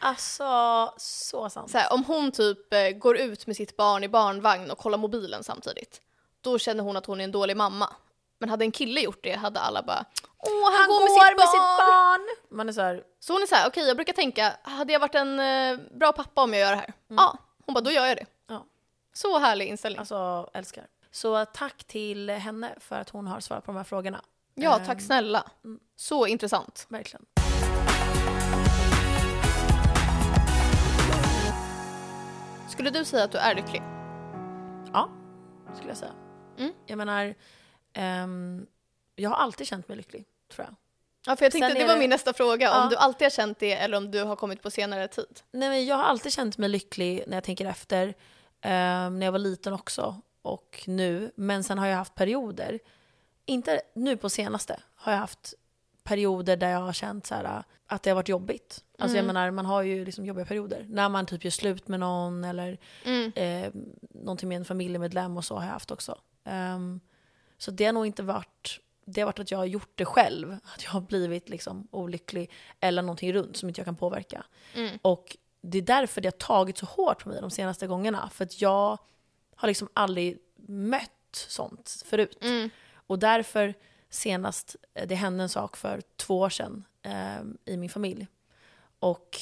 Speaker 1: Alltså så sant.
Speaker 2: Så här, om hon typ eh, går ut med sitt barn i barnvagn och kollar mobilen samtidigt, då känner hon att hon är en dålig mamma. Men hade en kille gjort det hade alla bara Åh, han, går, med, sitt, barn.
Speaker 1: barn! Man är så här,
Speaker 2: Så hon är så här, okej jag brukar tänka, hade jag varit en eh, bra pappa om jag gör det här? Ja, hon bara då gör jag det.
Speaker 1: Ja.
Speaker 2: Så härlig inställning.
Speaker 1: alltså älskar. Så tack till henne för att hon har svarat på de här frågorna.
Speaker 2: ja,
Speaker 1: Ehm,
Speaker 2: tack snälla. Så intressant.
Speaker 1: Verkligen.
Speaker 2: Skulle du säga att du är lycklig?
Speaker 1: Ja, skulle jag säga.
Speaker 2: Mm.
Speaker 1: Jag menar, ehm, jag har alltid känt mig lycklig, tror jag.
Speaker 2: Ja, för jag tänkte
Speaker 1: Sen
Speaker 2: det
Speaker 1: är
Speaker 2: var
Speaker 1: det-
Speaker 2: min nästa fråga,
Speaker 1: Ja.
Speaker 2: om du alltid har känt det eller om du har kommit på senare tid.
Speaker 1: Nej, men jag har alltid känt mig lycklig när jag tänker efter. ehm, när jag var liten också och nu. Men sen har jag haft perioder. Inte nu på senaste har jag haft perioder där jag har känt så här, att det har varit jobbigt. Alltså jag menar, man har ju liksom jobbiga perioder. När man typ gör slut med någon eller eh, någonting med en familjemedlem och så har jag haft också. Ehm, så det har nog inte varit, det har varit att jag har gjort det själv. Att jag har blivit liksom olycklig eller någonting runt som inte jag kan påverka. Och det är därför det har tagit så hårt på mig de senaste gångerna. För att jag har liksom aldrig mött sånt förut. Och därför senast, eh, det hände en sak för två år sedan eh, i min familj. Och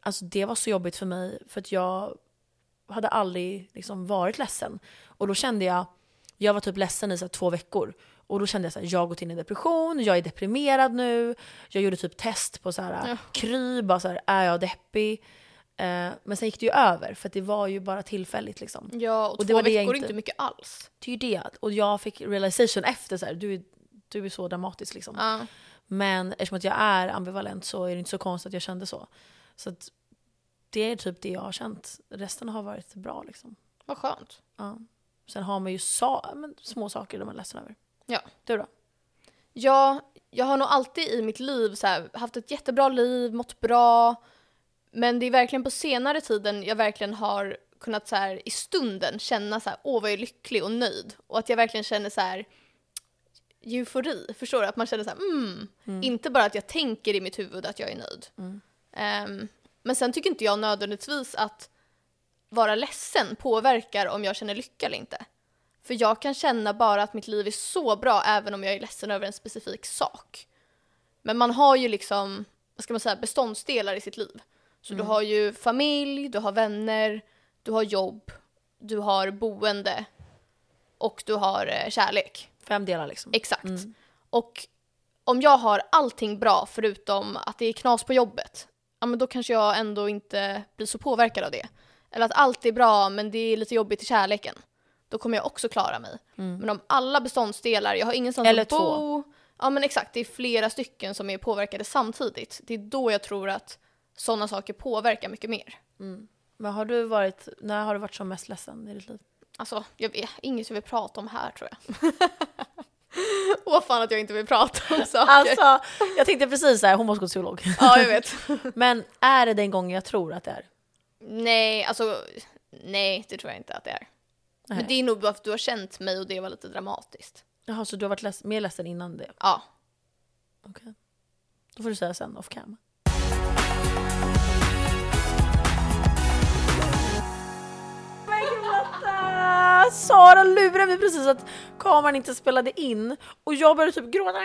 Speaker 1: alltså, det var så jobbigt för mig för att jag hade aldrig liksom, varit ledsen. Och då kände jag, jag var typ ledsen i så här, två veckor. Och då kände jag att jag har gått in i depression, jag är deprimerad nu. Jag gjorde typ test på så här, kry, bara så här, är jag deppig? Eh, men sen gick det ju över för att det var ju bara tillfälligt liksom.
Speaker 2: Ja, och,
Speaker 1: Och det
Speaker 2: två
Speaker 1: var det jag
Speaker 2: veckor är
Speaker 1: inte-
Speaker 2: inte mycket alls.
Speaker 1: Det är ju det. Och jag fick realization efter så här, du, är- du är så dramatisk liksom.
Speaker 2: Ja.
Speaker 1: Men eftersom att jag är ambivalent så är det inte så konstigt att jag kände så. Så att det är typ det jag har känt. Resten har varit bra liksom.
Speaker 2: Vad skönt.
Speaker 1: Ja. Sen har man ju sa- men, små saker man är ledsen över.
Speaker 2: Ja.
Speaker 1: Du då?
Speaker 2: Ja, jag har nog alltid i mitt liv så här, haft ett jättebra liv, mått bra. Men det är verkligen på senare tiden jag verkligen har kunnat så här, i stunden känna så här, åh vad jag är lycklig och nöjd. Och att jag verkligen känner så här eufori, förstår du? Att man känner så här, mm. Inte bara att jag tänker i mitt huvud att jag är nöjd. Ehm, men sen tycker inte jag nödvändigtvis att vara ledsen påverkar om jag känner lycka eller inte. För jag kan känna bara att mitt liv är så bra även om jag är ledsen över en specifik sak. Men man har ju liksom, vad ska man säga, beståndsdelar i sitt liv. Så du har ju familj, du har vänner, du har jobb, du har boende och du har eh, kärlek.
Speaker 1: Fem delar liksom.
Speaker 2: Exakt. Och om jag har allting bra förutom att det är knas på jobbet, ja men då kanske jag ändå inte blir så påverkad av det. Eller att allt är bra men det är lite jobbigt i kärleken. Då kommer jag också klara mig. Men om alla beståndsdelar, jag har ingenstans
Speaker 1: Mm. Eller
Speaker 2: att bo. Ja men exakt, det är flera stycken som är påverkade samtidigt. Det är då jag tror att sådana saker påverkar mycket mer.
Speaker 1: Mm. Men har du varit, när har du varit som mest ledsen i ditt liv?
Speaker 2: Alltså, jag vet, inget jag vill prata om här tror jag. [LAUGHS] Åh fan att jag inte vill prata om saker.
Speaker 1: Alltså, jag tänkte precis såhär, hon måste gå till
Speaker 2: [LAUGHS]
Speaker 1: psykolog.
Speaker 2: Ja, jag vet.
Speaker 1: Men är det den gången jag tror att det är?
Speaker 2: Nej, alltså nej, det tror jag inte att det är.
Speaker 1: Nej.
Speaker 2: Men det är nog bara för att du har känt mig och det var lite dramatiskt.
Speaker 1: Jaha, så du har varit leds- mer ledsen innan det?
Speaker 2: Ja.
Speaker 1: Okej. Då får du säga sen off cam. Sara lurade mig precis att kameran inte spelade in och jag började typ gråta.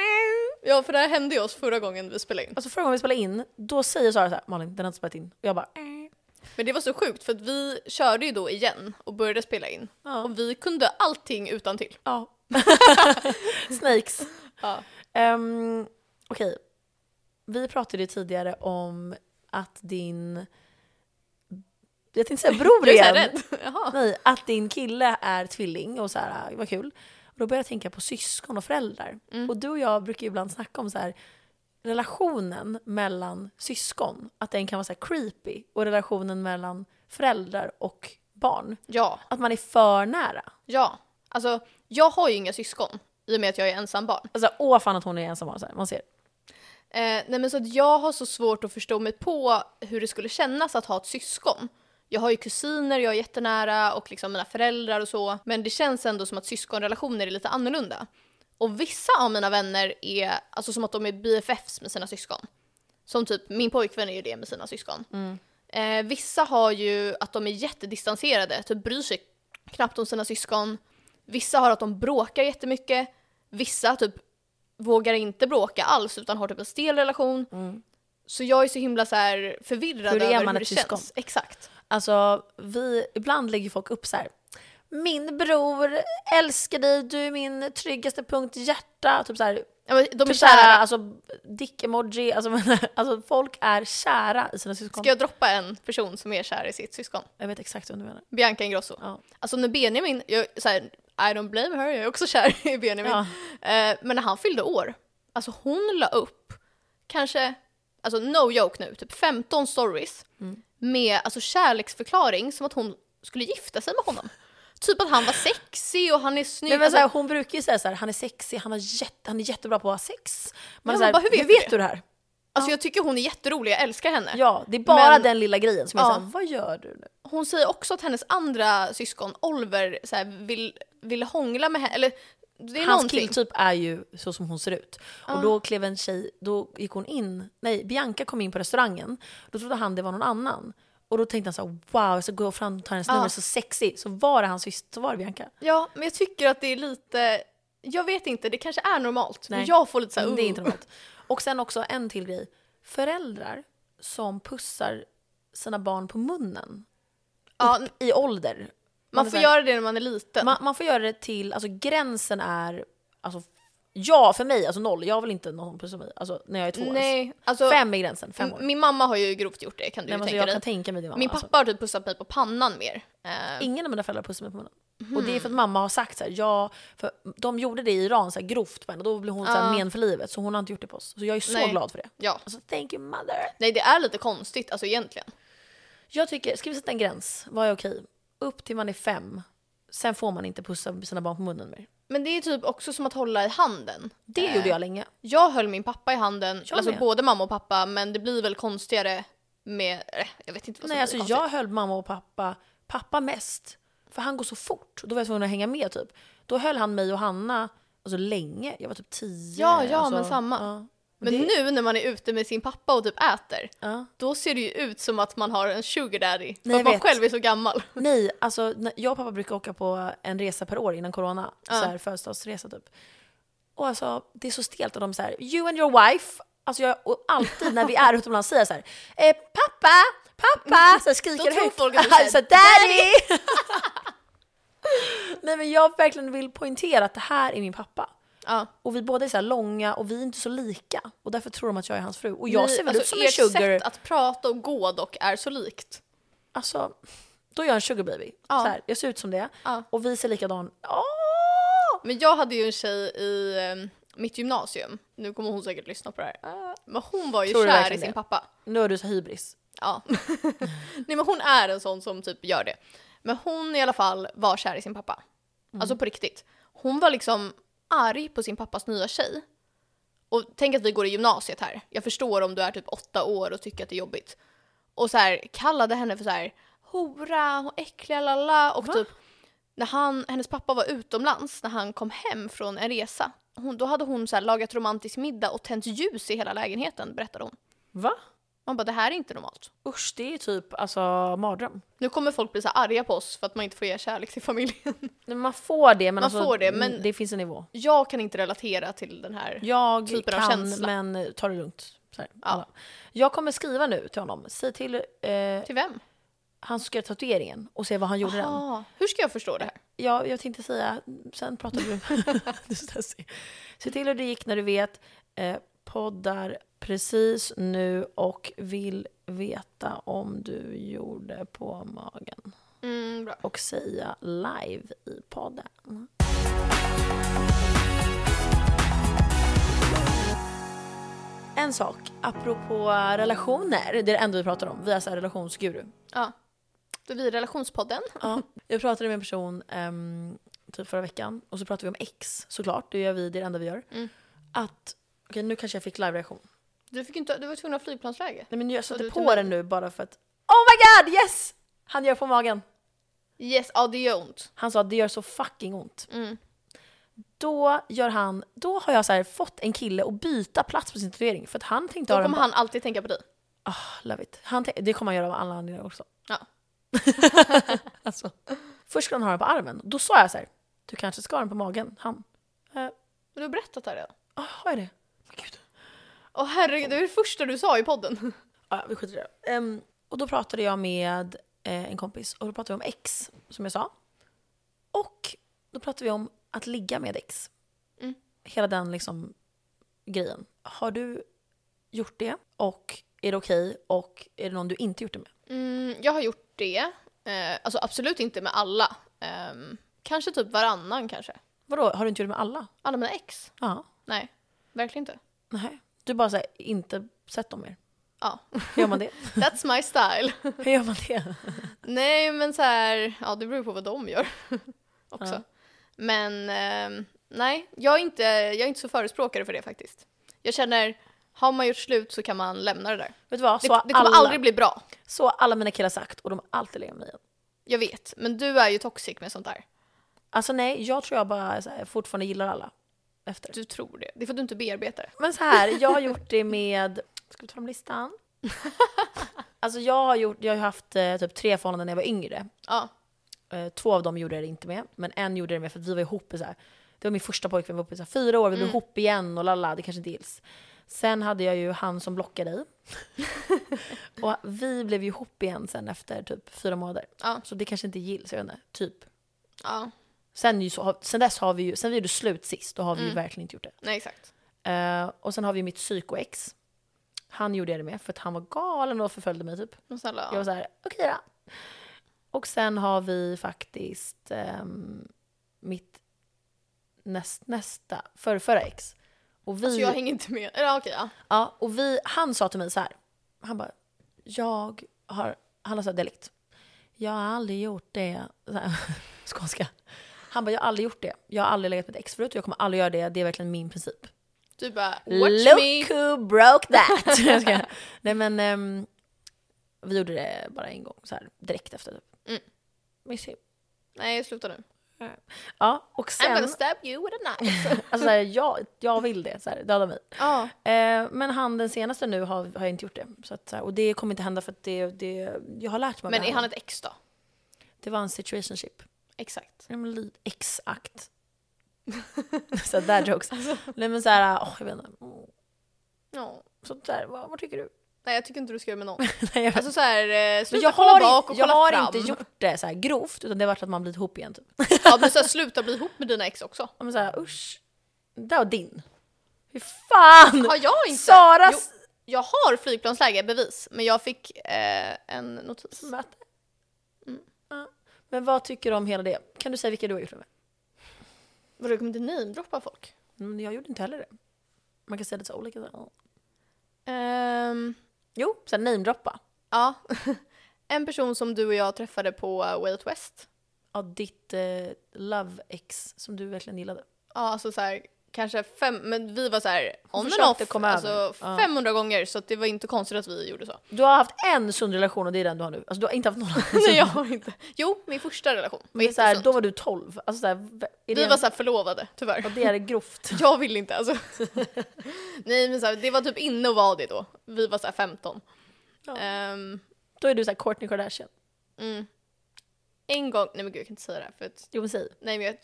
Speaker 2: Ja, för det här hände ju oss förra gången vi spelade in.
Speaker 1: Alltså förra gången vi spelade in, då säger Sara så här, Malin den har inte spelat in. Och jag bara,
Speaker 2: Men det var så sjukt för att vi körde ju då igen och började spela in.
Speaker 1: Ja.
Speaker 2: Och vi kunde allting utan till.
Speaker 1: ja. [LAUGHS] Snakes.
Speaker 2: Ja.
Speaker 1: Um, Okej, vi pratade ju tidigare om att din jag tänkte säga bror
Speaker 2: Du är såhär
Speaker 1: igen.
Speaker 2: rädd. [LAUGHS] Jaha.
Speaker 1: [LAUGHS] Nej, att din kille är tvilling och så här, "Ah, vad kul. Och då började jag tänka på syskon och föräldrar. Och du och jag brukar ju ibland snacka om så här, relationen mellan syskon, att den kan vara så här creepy. Och relationen mellan föräldrar och barn,
Speaker 2: Ja,
Speaker 1: att man är för nära.
Speaker 2: ja. Alltså, jag har ju inga syskon i och med att jag är ensambarn.
Speaker 1: Alltså åh fan att hon är ensam barn, så här, man ser.
Speaker 2: Eh, nej men så att jag har så svårt att förstå mig på hur det skulle kännas att ha ett syskon. Jag har ju kusiner, jag är jättenära och liksom mina föräldrar och så. Men det känns ändå som att syskonrelationer är lite annorlunda. Och vissa av mina vänner är alltså som att de är BFFs med sina syskon. Som typ min pojkvän är ju det med sina syskon.
Speaker 1: Mm.
Speaker 2: Eh, vissa har ju att de är jättedistanserade, typ bryr sig knappt om sina syskon. Vissa har att de bråkar jättemycket. Vissa typ vågar inte bråka alls utan har typ en stel relation. Så jag är så himla så här förvirrad
Speaker 1: Mm. Hur är
Speaker 2: över
Speaker 1: man
Speaker 2: hur det
Speaker 1: ett syskon?
Speaker 2: känns. Exakt.
Speaker 1: Alltså, vi, ibland lägger folk upp så här. Min bror älskar dig, du är min tryggaste punkt, hjärta. Typ så här,
Speaker 2: Ja, men de är
Speaker 1: typ så här,
Speaker 2: kära.
Speaker 1: alltså dick-emoji. Alltså, [LAUGHS] men, alltså folk är kära i sina syskon.
Speaker 2: Ska jag droppa en person som är kär i sitt syskon?
Speaker 1: Jag vet exakt vad du menar.
Speaker 2: Bianca Ingrosso.
Speaker 1: Ja.
Speaker 2: Alltså när Benjamin, jag, så här, I don't blame her, jag är också [LAUGHS] kär i Benjamin.
Speaker 1: Ja.
Speaker 2: Eh, men när han fyllde år, alltså hon la upp kanske, alltså no joke nu, typ 15 stories
Speaker 1: Mm.
Speaker 2: med alltså kärleksförklaring som att hon skulle gifta sig med honom. Typ att han var sexig och han är snygg.
Speaker 1: Nej, men så här,
Speaker 2: alltså,
Speaker 1: hon brukar ju säga så här, han är sexig, han, har jätte, han är jättebra på att ha sex. Man
Speaker 2: Ja,
Speaker 1: är så
Speaker 2: men
Speaker 1: här,
Speaker 2: bara, hur vet
Speaker 1: hur
Speaker 2: du
Speaker 1: vet du
Speaker 2: det?
Speaker 1: det här?
Speaker 2: alltså jag tycker hon är jätterolig, jag älskar henne.
Speaker 1: Ja, det är bara
Speaker 2: Men-
Speaker 1: den lilla grejen som jag
Speaker 2: Ja.
Speaker 1: säger, vad gör du nu?
Speaker 2: Hon säger också att hennes andra syskon, Oliver, så här, vill, vill hångla med henne. Eller, det är
Speaker 1: Hans
Speaker 2: någonting.
Speaker 1: killtyp är ju så som hon ser ut. Och då klev en tjej, då gick hon in, nej Bianca kom in på restaurangen, då trodde han det var någon annan. Och då tänkte han så här, wow jag ska gå fram och ta hennes
Speaker 2: Ja.
Speaker 1: nummer, så sexig. Så var det hans syster, så var det Bianca.
Speaker 2: Ja, men jag tycker att det är lite... Jag vet inte, det kanske är normalt. Men
Speaker 1: Nej. Mm,
Speaker 2: jag får lite såhär...
Speaker 1: Det är inte normalt. Och sen också en till grej, föräldrar som pussar sina barn på munnen
Speaker 2: Ja,
Speaker 1: i ålder.
Speaker 2: man
Speaker 1: är
Speaker 2: får
Speaker 1: så här-
Speaker 2: göra det när man är liten.
Speaker 1: man, man får göra det till, alltså gränsen är, alltså ja för mig, alltså noll, jag vill inte någon som pussar mig, alltså när jag är två ens.
Speaker 2: Nej, alltså...
Speaker 1: Fem är gränsen, fem år.
Speaker 2: Min mamma har ju grovt gjort det kan du
Speaker 1: Nej, men alltså,
Speaker 2: ju tänka
Speaker 1: jag
Speaker 2: dig.
Speaker 1: kan tänka mig det mamma.
Speaker 2: Min pappa
Speaker 1: alltså.
Speaker 2: har typ pussat mig på pannan mer. Eh,
Speaker 1: Ingen av mina föräldrar pussar mig på munnen. Och det är för
Speaker 2: Mm.
Speaker 1: att mamma har sagt så här, ja, för de gjorde det i Iran så här, grovt på henne och då blev hon så här,
Speaker 2: Ja.
Speaker 1: men för livet så hon har inte gjort det på oss. Så jag är så
Speaker 2: Nej.
Speaker 1: glad för det.
Speaker 2: ja.
Speaker 1: Alltså thank you mother.
Speaker 2: Nej, det är lite konstigt alltså egentligen.
Speaker 1: Jag tycker, ska vi sätta en gräns? Vad är okej? Upp till man är fem. Sen får man inte pussa sina barn på munnen mer.
Speaker 2: Men det är typ också som att hålla i handen.
Speaker 1: Det gjorde jag länge.
Speaker 2: Jag höll min pappa i handen,
Speaker 1: Jag
Speaker 2: alltså
Speaker 1: med.
Speaker 2: både mamma och pappa, men det blir väl konstigare med... eh, Jag vet inte vad som
Speaker 1: Nej,
Speaker 2: blir
Speaker 1: alltså
Speaker 2: konstigt.
Speaker 1: jag höll mamma och pappa, pappa mest. För han går så fort. Då var jag tvungen att hänga med typ. Då höll han mig och Hanna alltså, länge. Jag var typ tio.
Speaker 2: Ja, ja,
Speaker 1: alltså,
Speaker 2: men samma.
Speaker 1: Ja.
Speaker 2: Men
Speaker 1: det-
Speaker 2: nu när man är ute med sin pappa och typ äter,
Speaker 1: Ja.
Speaker 2: då ser det ju ut som att man har en sugar daddy. För
Speaker 1: Nej,
Speaker 2: att man
Speaker 1: jag vet.
Speaker 2: själv är så gammal.
Speaker 1: Nej, alltså när- jag och pappa brukar åka på en resa per år innan corona. Så här, födelsedagsresa typ. Och alltså det är så stelt att de säger “you and your wife”. Alltså jag, och alltid när vi är utomlands säger jag så här eh, “pappa, pappa” så här, skriker
Speaker 2: Då Mm. tror
Speaker 1: högt.
Speaker 2: folk att du säger
Speaker 1: så här, “daddy”. [LAUGHS] Nej men jag verkligen vill poängtera att det här är min pappa.
Speaker 2: Ja.
Speaker 1: Och vi båda är så här långa och vi är inte så lika. Och därför tror de att jag är hans fru. Och jag
Speaker 2: Ni-
Speaker 1: ser väl ut som en
Speaker 2: alltså, ert
Speaker 1: sugar...
Speaker 2: sätt att prata och gå dock är så likt.
Speaker 1: Alltså, då är jag en sugar baby.
Speaker 2: Ja.
Speaker 1: Så här, jag ser ut som det.
Speaker 2: Ja.
Speaker 1: Och vi ser likadan. Åh!
Speaker 2: Men jag hade ju en tjej i eh, mitt gymnasium, nu kommer hon säkert lyssna på det här. Men hon var ju
Speaker 1: Ah. Tror du
Speaker 2: kär i
Speaker 1: verkligen
Speaker 2: sin
Speaker 1: det?
Speaker 2: pappa.
Speaker 1: Nu har du så hybris.
Speaker 2: Ja. [LAUGHS] Nej men hon är en sån som typ gör det. Men hon i alla fall var kär i sin pappa. Alltså på riktigt. Hon var liksom arg på sin pappas nya tjej. Och tänk att vi går i gymnasiet här. Jag förstår om du är typ åtta år och tycker att det är jobbigt. Och så här kallade henne för så här hora och äckliga lalla och typ när han, hennes pappa var utomlands när han kom hem från en resa. Hon, då hade hon så här lagat romantisk middag och tänt ljus i hela lägenheten berättade hon.
Speaker 1: Va?
Speaker 2: Man bara det här är inte normalt.
Speaker 1: Usch, det är typ alltså mardröm.
Speaker 2: Nu kommer folk bli så här arga på oss för att man inte får ge kärlek till familjen. [LAUGHS]
Speaker 1: Nej, Man får det, men,
Speaker 2: Man
Speaker 1: alltså,
Speaker 2: får det,
Speaker 1: mm,
Speaker 2: men-
Speaker 1: det finns en nivå.
Speaker 2: Jag kan inte relatera till den här.
Speaker 1: Jag
Speaker 2: Typen av
Speaker 1: kan,
Speaker 2: känsla.
Speaker 1: men ta det lugnt. Så här,
Speaker 2: Ja.
Speaker 1: alla. Jag kommer skriva nu till honom. Säg till eh,
Speaker 2: Till vem?
Speaker 1: han som ska göra tatueringen och se vad han gjorde den.
Speaker 2: Ah, hur ska jag förstå det här?
Speaker 1: Jag, jag tänkte säga, sen pratar vi. Det är så stressigt. Se till hur det gick när du vet. Eh, poddar precis nu och vill veta om du gjorde på magen
Speaker 2: Mm, bra.
Speaker 1: och säga live i podden. En sak, apropå relationer, det är det enda vi pratar om. Vi är så här relationsguru.
Speaker 2: Ja. Då är vi i relationspodden.
Speaker 1: Ja. Jag pratade med en person ehm, typ förra veckan och så pratade vi om ex såklart, det gör vi, det är det enda vi gör.
Speaker 2: Mm.
Speaker 1: Att, okej nu kanske jag fick live-reaktion.
Speaker 2: Du, fick inte, du var tvungen att ha flygplansläge.
Speaker 1: Nej men jag satte
Speaker 2: du tog
Speaker 1: på
Speaker 2: med
Speaker 1: den nu bara för att Oh my god yes! Han gör på magen.
Speaker 2: Yes, ja det gör ont.
Speaker 1: Han sa att det gör så fucking ont.
Speaker 2: Mm.
Speaker 1: Då gör han, då har jag så här fått en kille att byta plats på sin tatuering för att han tänkte
Speaker 2: Då
Speaker 1: ha den
Speaker 2: kommer han alltid tänka på dig.
Speaker 1: Ah, love it. Han tänk- det kommer han göra av alla anledningar också.
Speaker 2: Ja.
Speaker 1: [LAUGHS] alltså. Först skulle han ha den på armen. Då sa jag så här, du kanske ska ha den på magen. Han,
Speaker 2: Men du har berättat det här redan.
Speaker 1: ah, har jag det? Men Gud.
Speaker 2: Åh herregud, det är det första du sa i podden.
Speaker 1: Ah, ja, vi skiter i det. Ehm, och då pratade jag med eh, en kompis och då pratade vi om ex, som jag sa. Och då pratade vi om att ligga med ex.
Speaker 2: Mm.
Speaker 1: Hela den liksom grejen. Har du gjort det? Och är det okej? Och är det någon du inte gjort det med?
Speaker 2: [LAUGHS] Mm, jag har gjort det. Eh, alltså absolut inte med alla. Ehm, kanske typ varannan kanske.
Speaker 1: Vadå, har du inte gjort det med alla?
Speaker 2: Alla mina ex?
Speaker 1: Ja.
Speaker 2: Nej, verkligen inte.
Speaker 1: Nej. Du bara säger inte sett dem mer.
Speaker 2: Ja, [LAUGHS]
Speaker 1: Hur gör man det?
Speaker 2: that's my style.
Speaker 1: Hur gör man det?
Speaker 2: Nej men så här, ja det beror ju på vad de gör [LAUGHS] också.
Speaker 1: Ja.
Speaker 2: Men ehm, nej, jag är, inte, jag är inte så förespråkare för det faktiskt. Jag känner, har man gjort slut så kan man lämna det där.
Speaker 1: Vet du vad?
Speaker 2: Det,
Speaker 1: Så,
Speaker 2: det kommer
Speaker 1: alla,
Speaker 2: aldrig bli bra.
Speaker 1: så har alla mina killar sagt och de har alltid legat med mig.
Speaker 2: Jag vet, men du är ju toxic med sånt där.
Speaker 1: Alltså nej, jag tror jag bara så här, fortfarande gillar alla. Efter.
Speaker 2: Du tror det. Det är för att du inte bearbetar det.
Speaker 1: Men så här, jag har gjort det med... Ska vi ta fram listan? Alltså jag har, gjort, jag har ju haft eh, typ tre förhållanden när jag var yngre.
Speaker 2: Ja.
Speaker 1: Eh, två av dem gjorde jag det inte med, men en gjorde jag det med för att vi var ihop i så här. Det var min första pojkvän, vi var ihop i så här, fyra år, vi blev ihop igen och lalla, det kanske inte gills. Sen hade jag ju han som blockade dig. och vi blev ju ihop igen sen efter typ fyra månader.
Speaker 2: Ja.
Speaker 1: Så det kanske inte gills, jag vet inte. Typ.
Speaker 2: Ja,
Speaker 1: Sen, ju så, sen dess har vi ju, sen vi gjorde slut sist, då har vi ju verkligen inte gjort det.
Speaker 2: nej exakt.
Speaker 1: Eh, och sen har vi mitt psykoex. Han gjorde jag det med för att han var galen och förföljde mig typ.
Speaker 2: Men snälla.
Speaker 1: Jag var så här, okej då. Och sen har vi faktiskt ehm, mitt näst, nästa, förra, förra ex. Och vi,
Speaker 2: Alltså jag hänger inte med. Ja, okej, ja.
Speaker 1: ja, och vi, han sa till mig så här, han bara, jag har, han har sagt dialekt. Jag har aldrig gjort det, så här, [LAUGHS] skånska. Han bara, jag har aldrig gjort det. Jag har aldrig legat med ett ex förut och jag kommer aldrig göra det. Det är verkligen min princip.
Speaker 2: Du bara watch
Speaker 1: Look
Speaker 2: me.
Speaker 1: who broke that! [LAUGHS] Jag skojar. Nej men, ehm, vi gjorde det bara en gång så här direkt efter. Typ.
Speaker 2: Mm.
Speaker 1: Mysig.
Speaker 2: Nej, sluta nu.
Speaker 1: Ja, och
Speaker 2: I'm
Speaker 1: sen,
Speaker 2: gonna stab you with a knife.
Speaker 1: [LAUGHS] alltså så här, jag, jag vill det, så här, döda mig.
Speaker 2: ja.
Speaker 1: Eh, men han den senaste nu har, har jag inte gjort det. Så att, så här, och det kommer inte hända för att det, det, jag har lärt mig av
Speaker 2: Men
Speaker 1: det
Speaker 2: är
Speaker 1: här.
Speaker 2: han ett ex då?
Speaker 1: Det var en situationship.
Speaker 2: Exakt.
Speaker 1: Ja, men li- Exakt. så där jokes. Nej men såhär, åh jag vet inte. Mm,
Speaker 2: Ja.
Speaker 1: Så där, vad, vad tycker du? [LAUGHS]
Speaker 2: Nej, jag tycker inte du ska göra med någon.
Speaker 1: Nej, jag
Speaker 2: Alltså så här, eh,
Speaker 1: Men
Speaker 2: sluta
Speaker 1: jag
Speaker 2: kolla
Speaker 1: har,
Speaker 2: bak och
Speaker 1: inte, jag
Speaker 2: kolla
Speaker 1: har
Speaker 2: fram.
Speaker 1: inte gjort det så här grovt, utan det har varit att man blivit ihop igen. Typ.
Speaker 2: Ja, men så här, sluta bli ihop med dina ex [LAUGHS] också.
Speaker 1: Ja, men så här, usch, det där var din. Hur fan!
Speaker 2: Har jag inte?
Speaker 1: Saras
Speaker 2: Jo, jag har flygplansläge, bevis. Men jag fick eh, en notis.
Speaker 1: möte. Mm, Ja. Men vad tycker du om hela det? Kan du säga vilka du har gjort det med?
Speaker 2: Vadå, jag kommer inte namedroppa folk?
Speaker 1: Men Mm, jag gjorde inte heller det. Man kan säga lite så olika. Så. här, ja.
Speaker 2: Ehm,
Speaker 1: Jo, sen namedroppa.
Speaker 2: ja. [LAUGHS] En person som du och jag träffade på eh, Way Out West.
Speaker 1: Ja, ditt eh, love-ex som du verkligen gillade.
Speaker 2: Ja, alltså så här, kanske fem, men vi var så här on and
Speaker 1: försökte
Speaker 2: off,
Speaker 1: komma
Speaker 2: alltså
Speaker 1: över. Ja.
Speaker 2: 500 gånger så att det var inte konstigt att vi [LAUGHS] gjorde så.
Speaker 1: Du har haft en sund relation och det är den du har nu. Alltså du har inte haft någon annan.
Speaker 2: [LAUGHS] Nej jag har inte. Jo, min första relation var
Speaker 1: Men så här,
Speaker 2: jättesund.
Speaker 1: då var du 12. Alltså, så här, är det
Speaker 2: Vi
Speaker 1: en-
Speaker 2: var så här förlovade, tyvärr.
Speaker 1: och det är
Speaker 2: [LAUGHS]
Speaker 1: grovt.
Speaker 2: Jag vill inte alltså. Nej men så här, det var typ inne att vara det då. Vi var så här 15.
Speaker 1: Ja.
Speaker 2: Ehm,
Speaker 1: Då är du så här Kourtney Kardashian.
Speaker 2: mm. En gång, nej men gud jag kan inte säga det här för att,
Speaker 1: Jo men säg.
Speaker 2: nej men jag,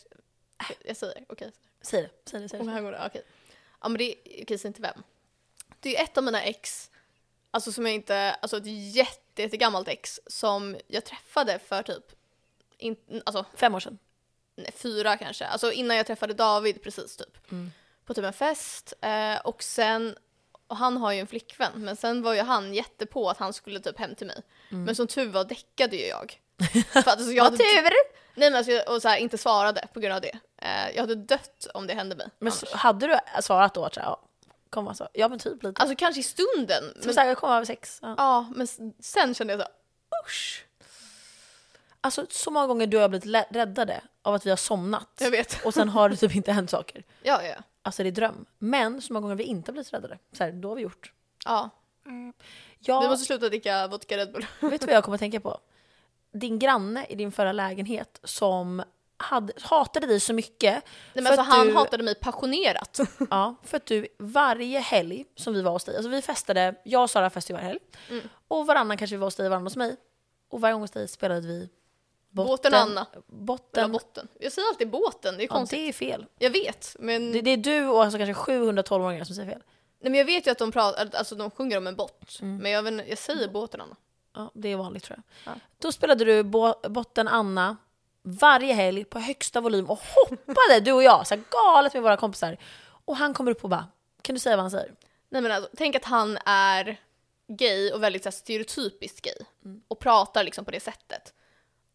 Speaker 2: jag säger okej.
Speaker 1: Säg det. Säg det, säg
Speaker 2: Om
Speaker 1: det.
Speaker 2: [LAUGHS] här går det, okej. Ja men det är, okej säg inte vem. Det är ett av mina ex, alltså som jag inte, alltså ett jätte, jättegammalt ex som jag träffade för typ, in, alltså
Speaker 1: Fem år sedan.
Speaker 2: nej, fyra kanske, alltså innan jag träffade David precis typ.
Speaker 1: Mm.
Speaker 2: På typ en fest eh, och sen Och han har ju en flickvän, men sen var ju han jättepå att han skulle typ hem till mig.
Speaker 1: Mm.
Speaker 2: Men som tur var däckade ju
Speaker 1: [LAUGHS]
Speaker 2: jag. För att, alltså, jag
Speaker 1: Vad
Speaker 2: hade,
Speaker 1: tur!
Speaker 2: nej men alltså, jag- och så här, inte svarade på grund av det. Eh, jag hade dött om det hände mig.
Speaker 1: Men
Speaker 2: annars.
Speaker 1: så, hade du svarat då såhär, ja, kom alltså. Ja men typ lite.
Speaker 2: Alltså kanske i stunden.
Speaker 1: Som
Speaker 2: Men,
Speaker 1: såhär, jag kommer över sex. Ja.
Speaker 2: ja, men s- sen kände jag så här, usch.
Speaker 1: Alltså så många gånger du och jag har blivit lä- räddade av att vi har somnat. [LAUGHS]
Speaker 2: Jag vet.
Speaker 1: Och sen har det typ inte hänt saker.
Speaker 2: Ja, ja, ja.
Speaker 1: Alltså det är dröm. Men så många gånger vi inte har blivit räddade. Så här, då har vi gjort.
Speaker 2: ja.
Speaker 1: Jag,
Speaker 2: Vi måste sluta dricka vodka Red Bull. [LAUGHS]
Speaker 1: Vet du vad jag kommer att tänka på? Din granne i din förra lägenhet som hade, hatade dig så mycket.
Speaker 2: Nej, men
Speaker 1: för
Speaker 2: alltså,
Speaker 1: att
Speaker 2: han
Speaker 1: du,
Speaker 2: hatade
Speaker 1: [LAUGHS]
Speaker 2: mig passionerat.
Speaker 1: Ja, för att du varje helg som vi var hos dig, alltså vi festade, jag och Sara festade varje helg.
Speaker 2: Mm.
Speaker 1: Och varannan kanske vi var hos dig, varannan hos mig. Och varje gång hos dig spelade vi botten.
Speaker 2: Båten Anna. Eller
Speaker 1: Botten.
Speaker 2: botten. Jag säger alltid båten, det är
Speaker 1: Ja,
Speaker 2: konstigt.
Speaker 1: det är fel.
Speaker 2: Jag vet, men,
Speaker 1: Det, det är du och alltså kanske 712-åringar som säger fel.
Speaker 2: nej, men jag vet ju att de, pratar, alltså, de sjunger om en bott.
Speaker 1: Mm.
Speaker 2: Men jag, vet, inte- jag säger båten Anna.
Speaker 1: Ja, det är vanligt tror jag.
Speaker 2: Ja.
Speaker 1: Då spelade du bo- botten Anna varje helg på högsta volym och hoppade du och jag så här galet med våra kompisar. Och han kommer upp och bara, kan du säga vad han säger?
Speaker 2: Nej men alltså, tänk att han är gay och väldigt så här, stereotypiskt gay.
Speaker 1: Mm.
Speaker 2: Och pratar liksom på det sättet.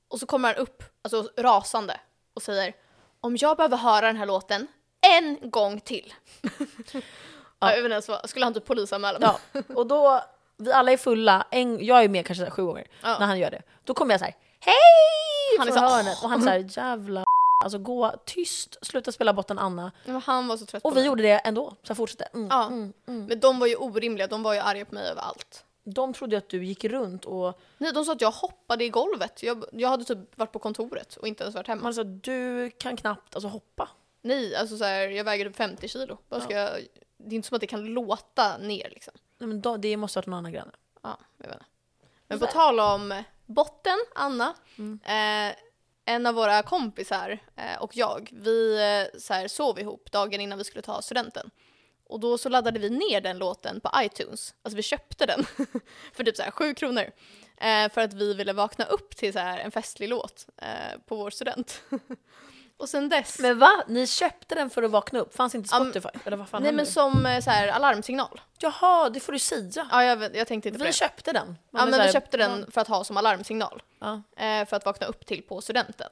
Speaker 2: Och så kommer han upp, alltså rasande, och säger om jag behöver höra den här låten en gång till.
Speaker 1: [LAUGHS]
Speaker 2: ja. Jag vet inte ens vad, skulle han typ polisanmäla mig?
Speaker 1: Ja, och då, vi alla är fulla, en, jag är med kanske så här sju gånger
Speaker 2: Ja.
Speaker 1: när han gör det. Då kommer jag så här, hej! Han
Speaker 2: Han är
Speaker 1: är
Speaker 2: så här,
Speaker 1: hörnet och han är så
Speaker 2: [LAUGHS]
Speaker 1: här, jävla [LAUGHS] Alltså gå tyst, sluta spela botten Anna.
Speaker 2: Nej, men han var så trött på
Speaker 1: Och vi
Speaker 2: mig.
Speaker 1: gjorde det ändå, så fortsätter. Mm.
Speaker 2: Ja. Men de var ju orimliga, de var ju arga på mig över allt.
Speaker 1: De trodde ju att du gick runt och
Speaker 2: Nej, de sa att jag hoppade i golvet. Jag, jag hade typ varit på kontoret och inte ens varit hemma.
Speaker 1: man sa du kan knappt alltså, hoppa.
Speaker 2: Nej, alltså så här, jag väger typ 50 kilo. Vad ska jag, det är inte som att det kan låta ner liksom.
Speaker 1: Nej, men då, det måste ha varit någon annan granne.
Speaker 2: Ja, jag vet inte. Men på tal om botten, Anna. Eh, en av våra kompisar eh, och jag, vi eh, så här, sov ihop dagen innan vi skulle ta studenten. Och då så laddade vi ner den låten på iTunes. Alltså vi köpte den [LAUGHS] för typ så här, sju kronor. Eh, för att vi ville vakna upp till så här, en festlig låt eh, på vår student. [LAUGHS] och sen dess,
Speaker 1: Men va? Ni köpte den för att vakna upp? Fanns inte
Speaker 2: Ja, men-
Speaker 1: Spotify? Eller vad fan
Speaker 2: nej
Speaker 1: hände?
Speaker 2: men som eh, så här, alarmsignal.
Speaker 1: Jaha, det får du säga.
Speaker 2: Ja, jag, vet- jag tänkte inte på
Speaker 1: Vi
Speaker 2: det.
Speaker 1: köpte den. Man blir
Speaker 2: Ja, men
Speaker 1: så
Speaker 2: vi
Speaker 1: här-
Speaker 2: köpte den för att ha som alarmsignal. [LAUGHS]
Speaker 1: Ja.
Speaker 2: eh, för att vakna upp till på studenten.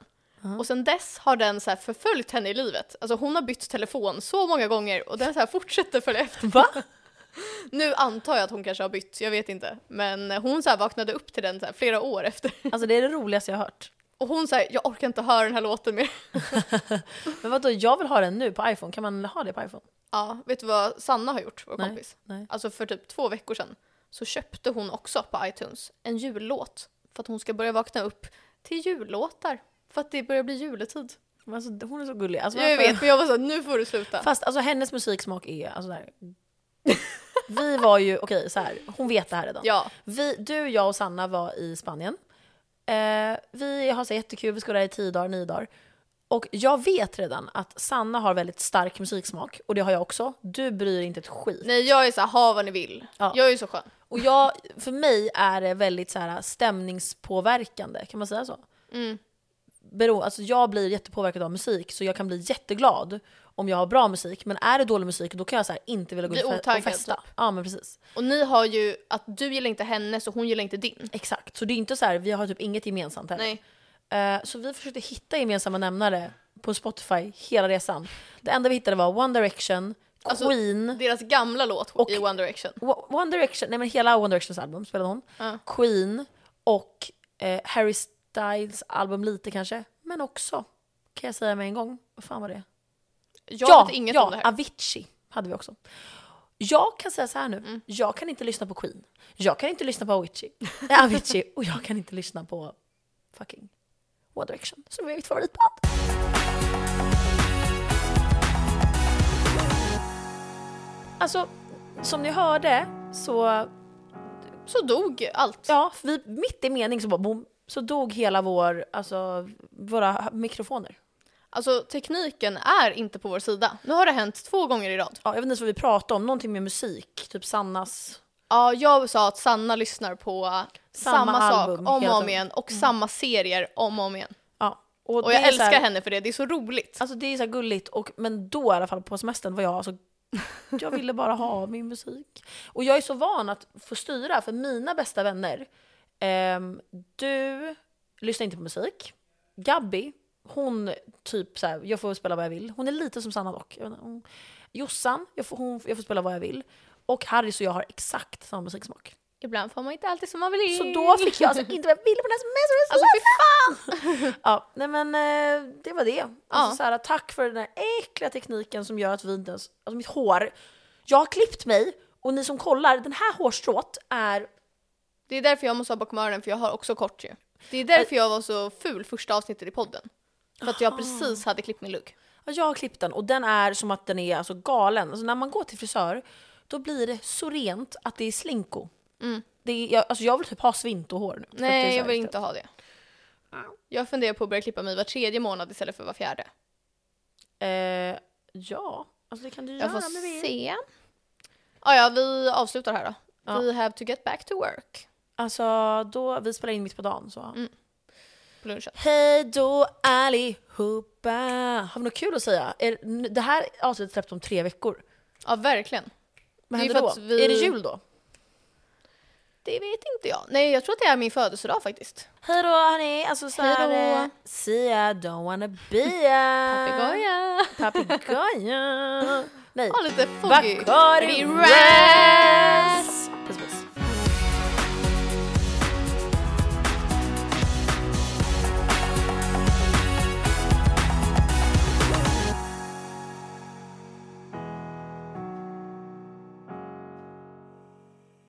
Speaker 2: Och sen dess har den så här förföljt henne i livet. Alltså hon har bytt telefon så många gånger och den så här fortsätter följa efter.
Speaker 1: Va?
Speaker 2: Nu antar jag att hon kanske har bytt, jag vet inte. Men eh, hon så här vaknade upp till den så här flera år efter.
Speaker 1: Alltså det är det roligaste jag har hört.
Speaker 2: Och hon säger, jag orkar inte höra den här låten mer.
Speaker 1: Men vadå, jag vill ha den nu på iPhone. Kan man ha det på iPhone?
Speaker 2: Ja, vet du vad Sanna har gjort, vår
Speaker 1: Nej,
Speaker 2: kompis?
Speaker 1: nej.
Speaker 2: Alltså för typ två veckor sedan så köpte hon också på iTunes en jullåt för att hon ska börja vakna upp till jullåtar. För att det börjar bli juletid.
Speaker 1: Men Alltså, hon är så gullig. Alltså,
Speaker 2: Jag
Speaker 1: varför-
Speaker 2: vet, men jag var såhär, nu får du sluta.
Speaker 1: Fast alltså, hennes musiksmak är alltså där. Vi var ju, okej så här, hon vet det här redan.
Speaker 2: Ja.
Speaker 1: Vi, du, jag och Sanna var i Spanien. Eh, vi har så jättekul, vi ska vara där i tio dagar, nio dagar. Och jag vet redan att Sanna har väldigt stark musiksmak, och det har jag också. Du bryr dig inte ett skit.
Speaker 2: Nej jag är såhär, ha vad ni vill.
Speaker 1: Ja.
Speaker 2: Jag är ju så skön.
Speaker 1: Och jag, för mig är det väldigt så här, stämningspåverkande, kan man säga så?
Speaker 2: Mm.
Speaker 1: Bero, alltså jag blir jättepåverkad av musik, så jag kan bli jätteglad om jag har bra musik. Men är det dålig musik, då kan jag så här, inte vilja gå
Speaker 2: Bli
Speaker 1: ut fe-
Speaker 2: otaggad, typ.
Speaker 1: och festa. Ja, men precis.
Speaker 2: Och ni har ju att du gillar inte hennes och hon gillar inte din.
Speaker 1: Exakt. Så det är inte så här, vi har typ inget gemensamt heller.
Speaker 2: Nej.
Speaker 1: Eh, Så vi försökte hitta gemensamma nämnare på Spotify hela resan. Det enda vi hittade var One Direction,
Speaker 2: Alltså,
Speaker 1: Queen,
Speaker 2: Deras gamla låt
Speaker 1: Och-
Speaker 2: i One Direction.
Speaker 1: Wa- One Direction, nej men hela One Directions album spelade hon.
Speaker 2: Ja.
Speaker 1: Queen och eh, Harry Styles album lite kanske. Men också, kan jag säga med en gång, vad fan var det?
Speaker 2: Jag vet inget
Speaker 1: ja,
Speaker 2: om det här.
Speaker 1: Avicii hade vi också. Jag kan säga så här nu,
Speaker 2: Mm.
Speaker 1: jag kan inte lyssna på Queen, jag kan inte lyssna på
Speaker 2: [LAUGHS]
Speaker 1: Avicii, nej, Avicii och jag kan inte lyssna på fucking One Direction som är mitt favoritband. Alltså, som ni hörde så,
Speaker 2: Så dog allt.
Speaker 1: ja, vi, mitt i mening så bara boom, så dog hela vår, alltså våra mikrofoner.
Speaker 2: Alltså tekniken är inte på vår sida. Nu har det hänt två gånger i rad.
Speaker 1: Ja, jag vet inte ens vad vi pratade om, någonting med musik, typ Sannas
Speaker 2: Ja, jag sa att Sanna lyssnar på uh, samma,
Speaker 1: album
Speaker 2: sak om
Speaker 1: hela
Speaker 2: och om
Speaker 1: tiden.
Speaker 2: igen och samma serier om och om igen.
Speaker 1: Ja.
Speaker 2: Och
Speaker 1: det är
Speaker 2: jag
Speaker 1: så
Speaker 2: älskar
Speaker 1: här,
Speaker 2: henne för det, det är så roligt.
Speaker 1: Alltså det är så [LAUGHS] här gulligt, och, men då i alla fall på semestern var jag alltså Jag ville bara ha min musik. Och jag är så van att få styra, för mina bästa vänner, ehm, du lyssnar inte på musik. Gabby, hon typ så här, jag får spela vad jag vill. Hon är lite som Sanna dock. Jag vet inte, hon, Jossan, jag får, hon, jag får spela vad jag vill. Och Harris och jag har exakt samma musiksmak.
Speaker 2: Ibland får man inte alltid som man vill.
Speaker 1: Så då fick
Speaker 2: [LAUGHS]
Speaker 1: jag alltså inte vad jag ville på den här semestern.
Speaker 2: Alltså fy fan!
Speaker 1: Ja, nej men eh, det var det. Alltså,
Speaker 2: Ja.
Speaker 1: så här, tack för den här äckliga tekniken som gör att vi inte ens, alltså mitt hår, jag har klippt mig och ni som kollar, den här hårstrået är,
Speaker 2: Det är därför jag måste ha bakom öronen för jag har också kort ju. Det är därför jag var så ful första avsnittet i podden. För att jag precis hade klippt min lugg.
Speaker 1: ja, jag har klippt den och den är som att den är alltså, galen. Alltså, när man går till frisör, då blir det så rent att det är slinko. Det är, jag, alltså, jag vill typ ha svintohår nu. För att det är så
Speaker 2: Mm. Nej
Speaker 1: här
Speaker 2: jag vill
Speaker 1: riktigt.
Speaker 2: inte ha det. Jag funderar på att börja klippa mig var tredje månad istället för var fjärde.
Speaker 1: Eh, ja, alltså det kan du
Speaker 2: Jag
Speaker 1: göra
Speaker 2: får
Speaker 1: om du vill.
Speaker 2: se. Ah, ja, vi avslutar här då.
Speaker 1: Ja.
Speaker 2: We have to get back to work.
Speaker 1: Alltså, då, vi spelar in mitt på dagen så.
Speaker 2: På lunchen.
Speaker 1: Hej då allihopa! Har vi något kul att säga? Är, det här avsnittet släpps om tre veckor.
Speaker 2: Ja verkligen.
Speaker 1: Vad
Speaker 2: Det är
Speaker 1: händer
Speaker 2: för
Speaker 1: då?
Speaker 2: att vi-
Speaker 1: Är det jul då?
Speaker 2: Det vet inte jag. Nej jag tror att det är min födelsedag faktiskt.
Speaker 1: Hej då hörni! Alltså så
Speaker 2: Hej
Speaker 1: här,
Speaker 2: då.
Speaker 1: eh, See ya, don't wanna be ya!
Speaker 2: Papegoja! [LAUGHS]
Speaker 1: Papegoja! Nej.
Speaker 2: Ha lite foggy.
Speaker 1: Bacardi
Speaker 2: Ras!